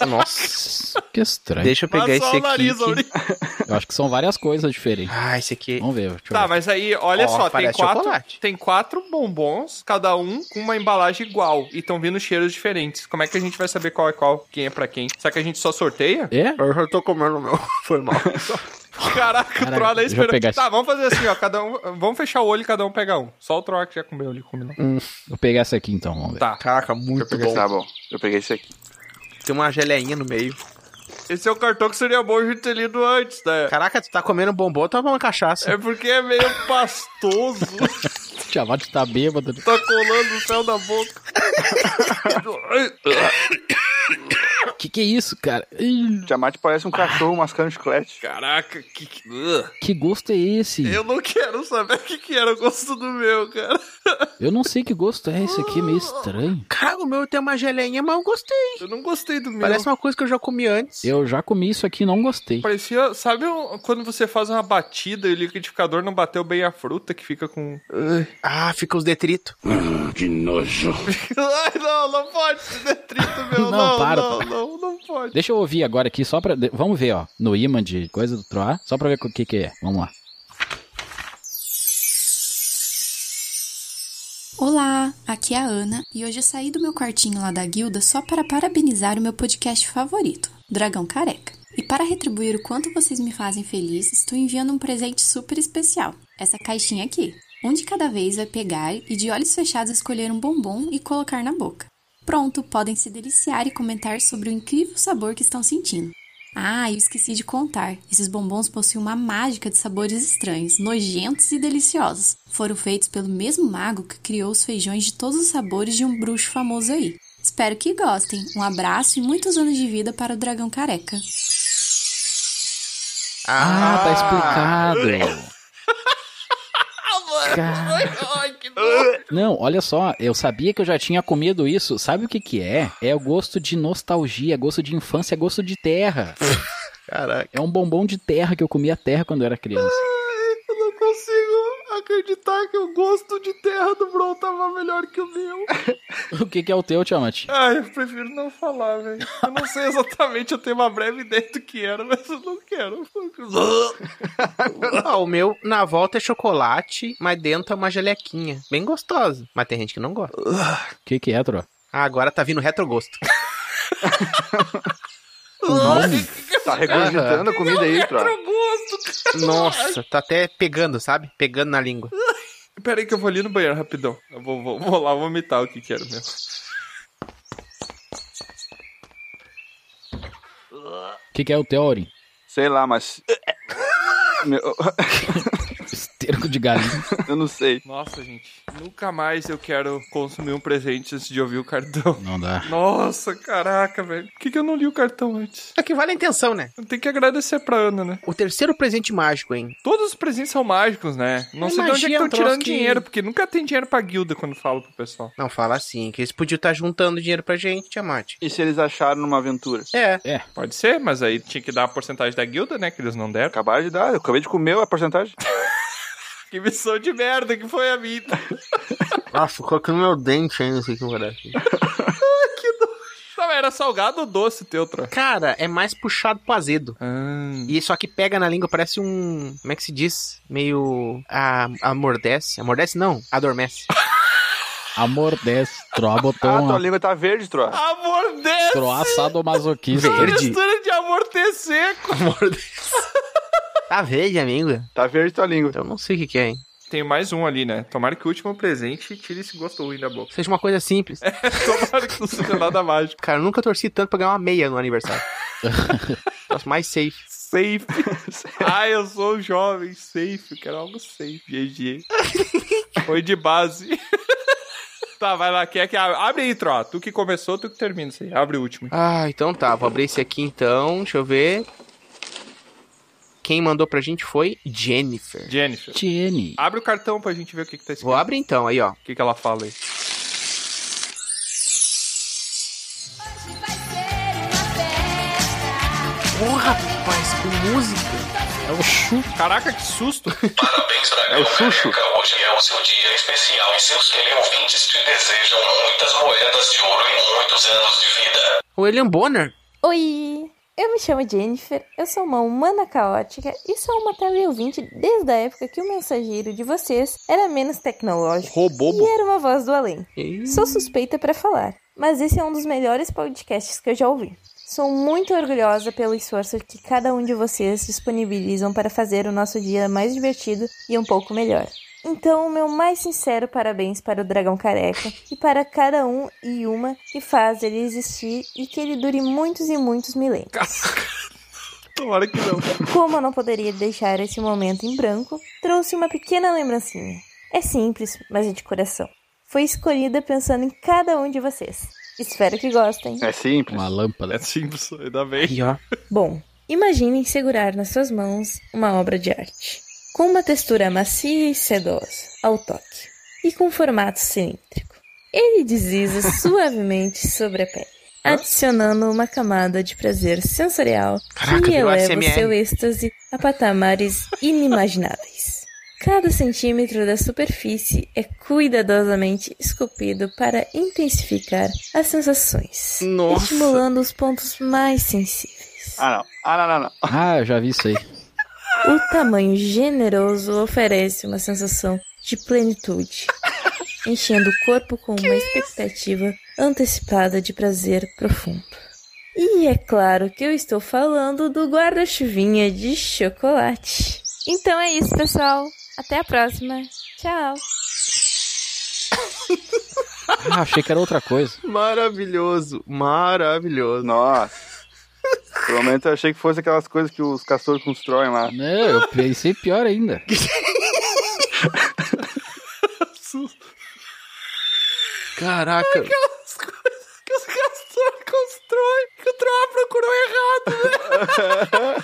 Nossa.
Que estranho.
Deixa eu pegar
Mas só
esse
o
aqui.
nariz,
que-
Aurinho.
Eu acho que são várias coisas diferentes.
Ah, esse aqui.
Vamos ver. Deixa eu
Tá,
ver.
mas aí, olha
Ó,
só, tem
parece
quatro,
chocolate.
tem quatro bombons, cada um com uma embalagem igual, e estão vindo cheiros diferentes. Como é que a gente vai saber qual é qual, quem é pra quem? Será que a gente só sorteia?
É?
Eu já tô comendo o meu. Foi mal.
Caraca, o
Caralho,
Troll aí
deixa eu
esperando.
pegar
Tá, vamos fazer assim, ó, cada um, vamos fechar o olho e cada um pega um. Só o Troll que já comeu ali, combinou.
Vou pegar essa aqui então, vamos ver.
Tá,
Caraca, muito bom.
Tá bom, eu peguei esse aqui.
Tem uma geleinha no meio.
esse é o cartão que seria bom a gente ter lido antes, né?
Caraca, tu tá comendo bombom ou tá tomando cachaça?
É porque é meio pastoso,
Tiamat tá bêbado.
tá colando o céu da boca.
Que que é isso, cara? Ih, Ah.
Tiamat parece um cachorro mascando chiclete.
Caraca, que... que- Ugh.
Que gosto é esse?
Eu não quero saber o que, que era o gosto do meu, cara.
Eu não sei que gosto é esse aqui, é meio estranho.
Caraca, o meu tem uma geleinha, mas eu gostei.
Eu não gostei do meu.
Parece uma coisa que eu já comi antes.
Eu já comi isso aqui e não gostei.
Parecia, sabe um- quando você faz uma batida e o liquidificador não bateu bem a fruta que fica com.
Ah, fica os detritos.
Que nojo.
Ai, não, não pode esse detrito, meu.
Não,
Não, não,
para,
não,
para.
não, pode.
Deixa eu ouvir agora aqui, só pra. de- Vamos ver, ó. No imã de coisa do Troá, só pra ver o que, que é. Vamos lá.
Olá, aqui é a Ana e hoje eu saí do meu quartinho lá da guilda só para parabenizar o meu podcast favorito, Dragão Careca. E para retribuir o quanto vocês me fazem feliz, estou enviando um presente super especial, essa caixinha aqui. Um de cada vez vai pegar e de olhos fechados escolher um bombom e colocar na boca. Pronto, podem se deliciar e comentar sobre o incrível sabor que estão sentindo. Ah, eu esqueci de contar. Esses bombons possuem uma mágica de sabores estranhos, nojentos e deliciosos. Foram feitos pelo mesmo mago que criou os feijões de todos os sabores de um bruxo famoso aí. Espero que gostem. Um abraço e muitos anos de vida para o Dragão Careca.
Ah, tá explicado. Cara.
Ai, que nojo.
Não, olha só, eu sabia que eu já tinha comido isso. Sabe o que que é? É o gosto de nostalgia, gosto de infância, gosto de terra.
Caraca.
É um bombom de terra que eu comia terra quando eu era criança.
Eu não consigo acreditar que o gosto de terra do Bron tava melhor que o meu.
O que que é o teu, Tiamat?
Ai, eu prefiro não falar, velho. Eu não sei exatamente, eu tenho uma breve ideia do que era, mas eu não quero.
Ah, o meu na volta é chocolate, mas dentro é uma gelequinha. Bem gostosa. Mas tem gente que não gosta.
O que que é, Tro?
Ah, agora tá vindo retrogosto.
Hum.
Tá regurgitando a comida aí, Troll.
gosto,
Nossa, tá até pegando, sabe? Pegando na língua.
cara. Pera aí que eu vou ali no banheiro rapidão. Eu vou, vou, vou lá vomitar o que que era mesmo.
O que que é o teu, Aurim?
Sei lá, mas. Meu,
Esterco de galinha.
eu não sei.
Nossa, gente. Nunca mais eu quero consumir um presente antes de ouvir o cartão.
Não dá.
Nossa, caraca, velho. Por que, que eu não li o cartão antes?
É que vale a intenção, né?
Eu tenho que agradecer pra Ana, né?
O terceiro presente mágico, hein?
Todos os presentes são mágicos, né? Não
É
sei de onde é que
magia,
estão
um troço
tirando
que-
dinheiro, porque nunca tem dinheiro pra guilda quando falo pro pessoal.
Não fala assim, que eles podiam estar juntando dinheiro pra gente, Tiamat.
E se eles acharam numa aventura?
É.
Pode ser, mas aí tinha que dar a porcentagem da guilda, né? Que eles não deram.
Acabaram de dar, eu acabei de comer a porcentagem.
Que missão de merda que foi a minha.
Nossa, Ah, ficou aqui no meu dente ainda, não sei o que parece.
Não, era salgado ou doce Ah. teu, Tro?
Cara, é mais puxado pro azedo. E só que pega na língua, parece um. Como é que se diz? Meio. A, amordece. Amordece não, adormece.
Amor 10. Troá botou
ah, tua
uma
língua tá verde, Troll.
Amor desse!
Troá sadomasoquista.
Mistura de amortecer com...
Tá verde, amigo?
Tá verde tua língua.
Eu não sei o que, que é, hein?
Tem mais um ali, né? Tomara que o último presente tire esse gosto ruim da boca.
Seja uma coisa simples.
Tomara É, que não seja nada mágico.
Cara, eu nunca torci tanto pra ganhar uma meia no aniversário. Nossa, mais safe.
Safe. ah, eu sou jovem, safe. Eu quero algo safe. GG. Foi de base. tá, vai lá. Quer que abre? Abre aí, Tro. Tu que começou, tu que termina isso aí. Abre o último.
Ah, então tá. Vou abrir esse aqui então. Deixa eu ver. Quem mandou pra gente foi Jennifer.
Jennifer.
Jenny.
Abre o cartão pra gente ver o que, que tá escrito.
Vou abrir então, aí ó.
O que, que ela fala aí.
Ô, rapaz, com música.
É o chu.
Caraca, que susto.
Parabéns, Dragão.
É o Xuxo.
Hoje é o seu dia especial e seus teleouvintes te desejam muitas moedas de ouro e muitos anos de vida.
O William Bonner.
Oi! Eu me chamo Jennifer, eu sou uma humana caótica e sou uma tele ouvinte desde a época que o mensageiro de vocês era menos tecnológico
Robobo.
e era uma voz do além.
Ih.
Sou suspeita para falar, mas esse é um dos melhores podcasts que eu já ouvi. Sou muito orgulhosa pelo esforço que cada um de vocês disponibilizam para fazer o nosso dia mais divertido e um pouco melhor. Então, o meu mais sincero parabéns para o Dragão Careca e para cada um e uma que faz ele existir e que ele dure muitos e muitos milênios.
Tomara que não.
Como eu não poderia deixar esse momento em branco, trouxe uma pequena lembrancinha. É simples, mas é de coração. Foi escolhida pensando em cada um de vocês. Espero que gostem.
É simples.
Uma lâmpada.
É simples, ainda bem.
Bom, imaginem segurar nas suas mãos uma obra de arte, com uma textura macia e sedosa ao toque, e com um formato cilíndrico. Ele desliza suavemente sobre a pele, adicionando uma camada de prazer sensorial que
virou
eleva
ASMR.
seu êxtase a patamares inimagináveis. Cada centímetro da superfície é cuidadosamente esculpido para intensificar as sensações,
Nossa.
estimulando os pontos mais sensíveis.
Ah, não. Ah, não, não, não.
Ah, eu já vi isso aí.
O tamanho generoso oferece uma sensação de plenitude, enchendo o corpo com uma expectativa antecipada de prazer profundo. E é claro que eu estou falando do guarda-chuvinha de chocolate. Então é isso, pessoal. Até a próxima. Tchau.
Ah, achei que era outra coisa.
Maravilhoso, maravilhoso.
Nossa. Pelo momento eu achei que fosse aquelas coisas que os castores constroem lá.
Não, eu pensei pior ainda.
Caraca.
Aquelas coisas que os castores constroem, que o Troá procurou errado.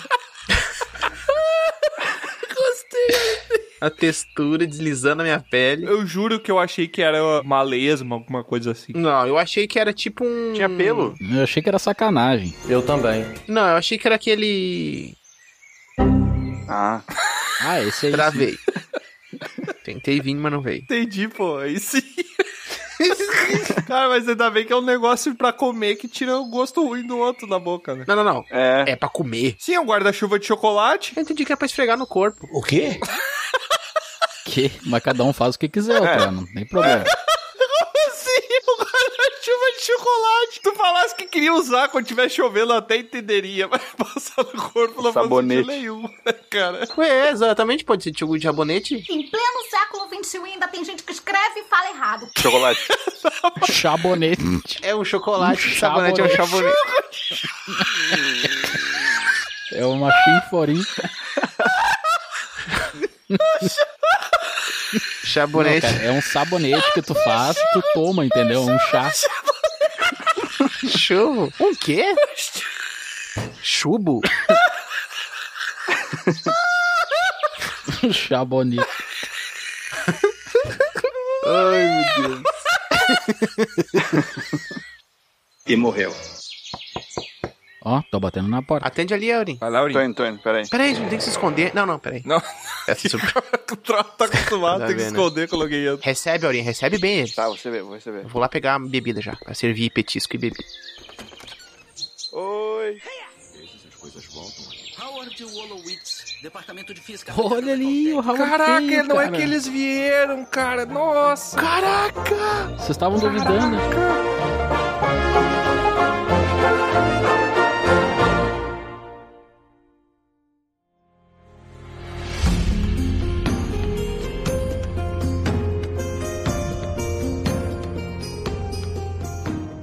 né? Gostei.
A textura deslizando a minha pele.
Eu juro que eu achei que era uma lesma, alguma coisa assim.
Não, eu achei que era tipo um. Tinha pelo?
Eu achei que era sacanagem.
Eu também. Não, eu achei que era aquele.
Ah.
Ah, esse aí.
Travei. Tentei vir, mas não veio.
Entendi, pô. Aí sim. Cara, mas ainda bem que é um negócio pra comer que tira o gosto ruim do outro da boca, né?
Não, não, não.
É.
É pra comer.
Sim, é um guarda-chuva de chocolate.
Eu entendi que é pra esfregar no corpo.
O quê? que? Mas cada um faz o que quiser,
É.
cara. Não tem problema.
Como assim? O guarda-chuva de chocolate. Tu falasse que queria usar quando tiver chovendo, eu até entenderia. Mas passar no corpo não faz sentido
Sabonete.
nenhum, né, cara?
Ué, É, exatamente, pode ser tipo de jabonete.
Em pleno século XXI ainda tem gente que escreve e fala errado.
Chocolate.
Chabonete.
É um chocolate,
Um
sabonete é um
chabonete.
chabonete.
É uma chinforim.
Chabonete.
Não, cara, é um sabonete que tu faz, tu toma, entendeu? Um chá.
Chubo? Um quê? Chubo?
Um chá bonito.
Ai, meu Deus.
E morreu.
Ó, tô batendo na porta.
Atende ali, Aurim.
Vai lá,
Tô indo, tô indo, peraí.
Peraí, não tem que se esconder. Não, não, peraí.
Não.
Essa surpresa.
O troço tá acostumado,
Tá
tem que
vendo?
esconder quando alguém entra.
Recebe, Aurim, recebe bem ele.
Tá, vou receber, vou receber.
Eu vou lá pegar a bebida já, pra servir petisco e bebida.
Oi.
Howard Wolowitz, Departamento de Física.
Olha ali o Raul.
Caraca, não é que
aquele.
eles vieram, cara. Nossa. Caraca.
Vocês estavam duvidando.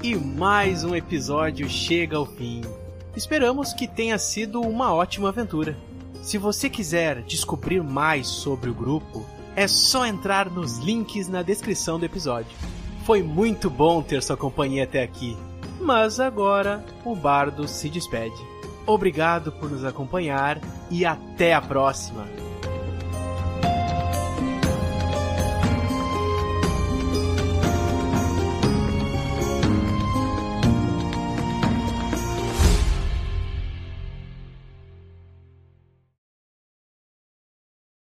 E mais um episódio chega ao fim. Esperamos que tenha sido uma ótima aventura. Se você quiser descobrir mais sobre o grupo, é só entrar nos links na descrição do episódio. Foi muito bom ter sua companhia até aqui, mas agora o bardo se despede. Obrigado por nos acompanhar e até a próxima!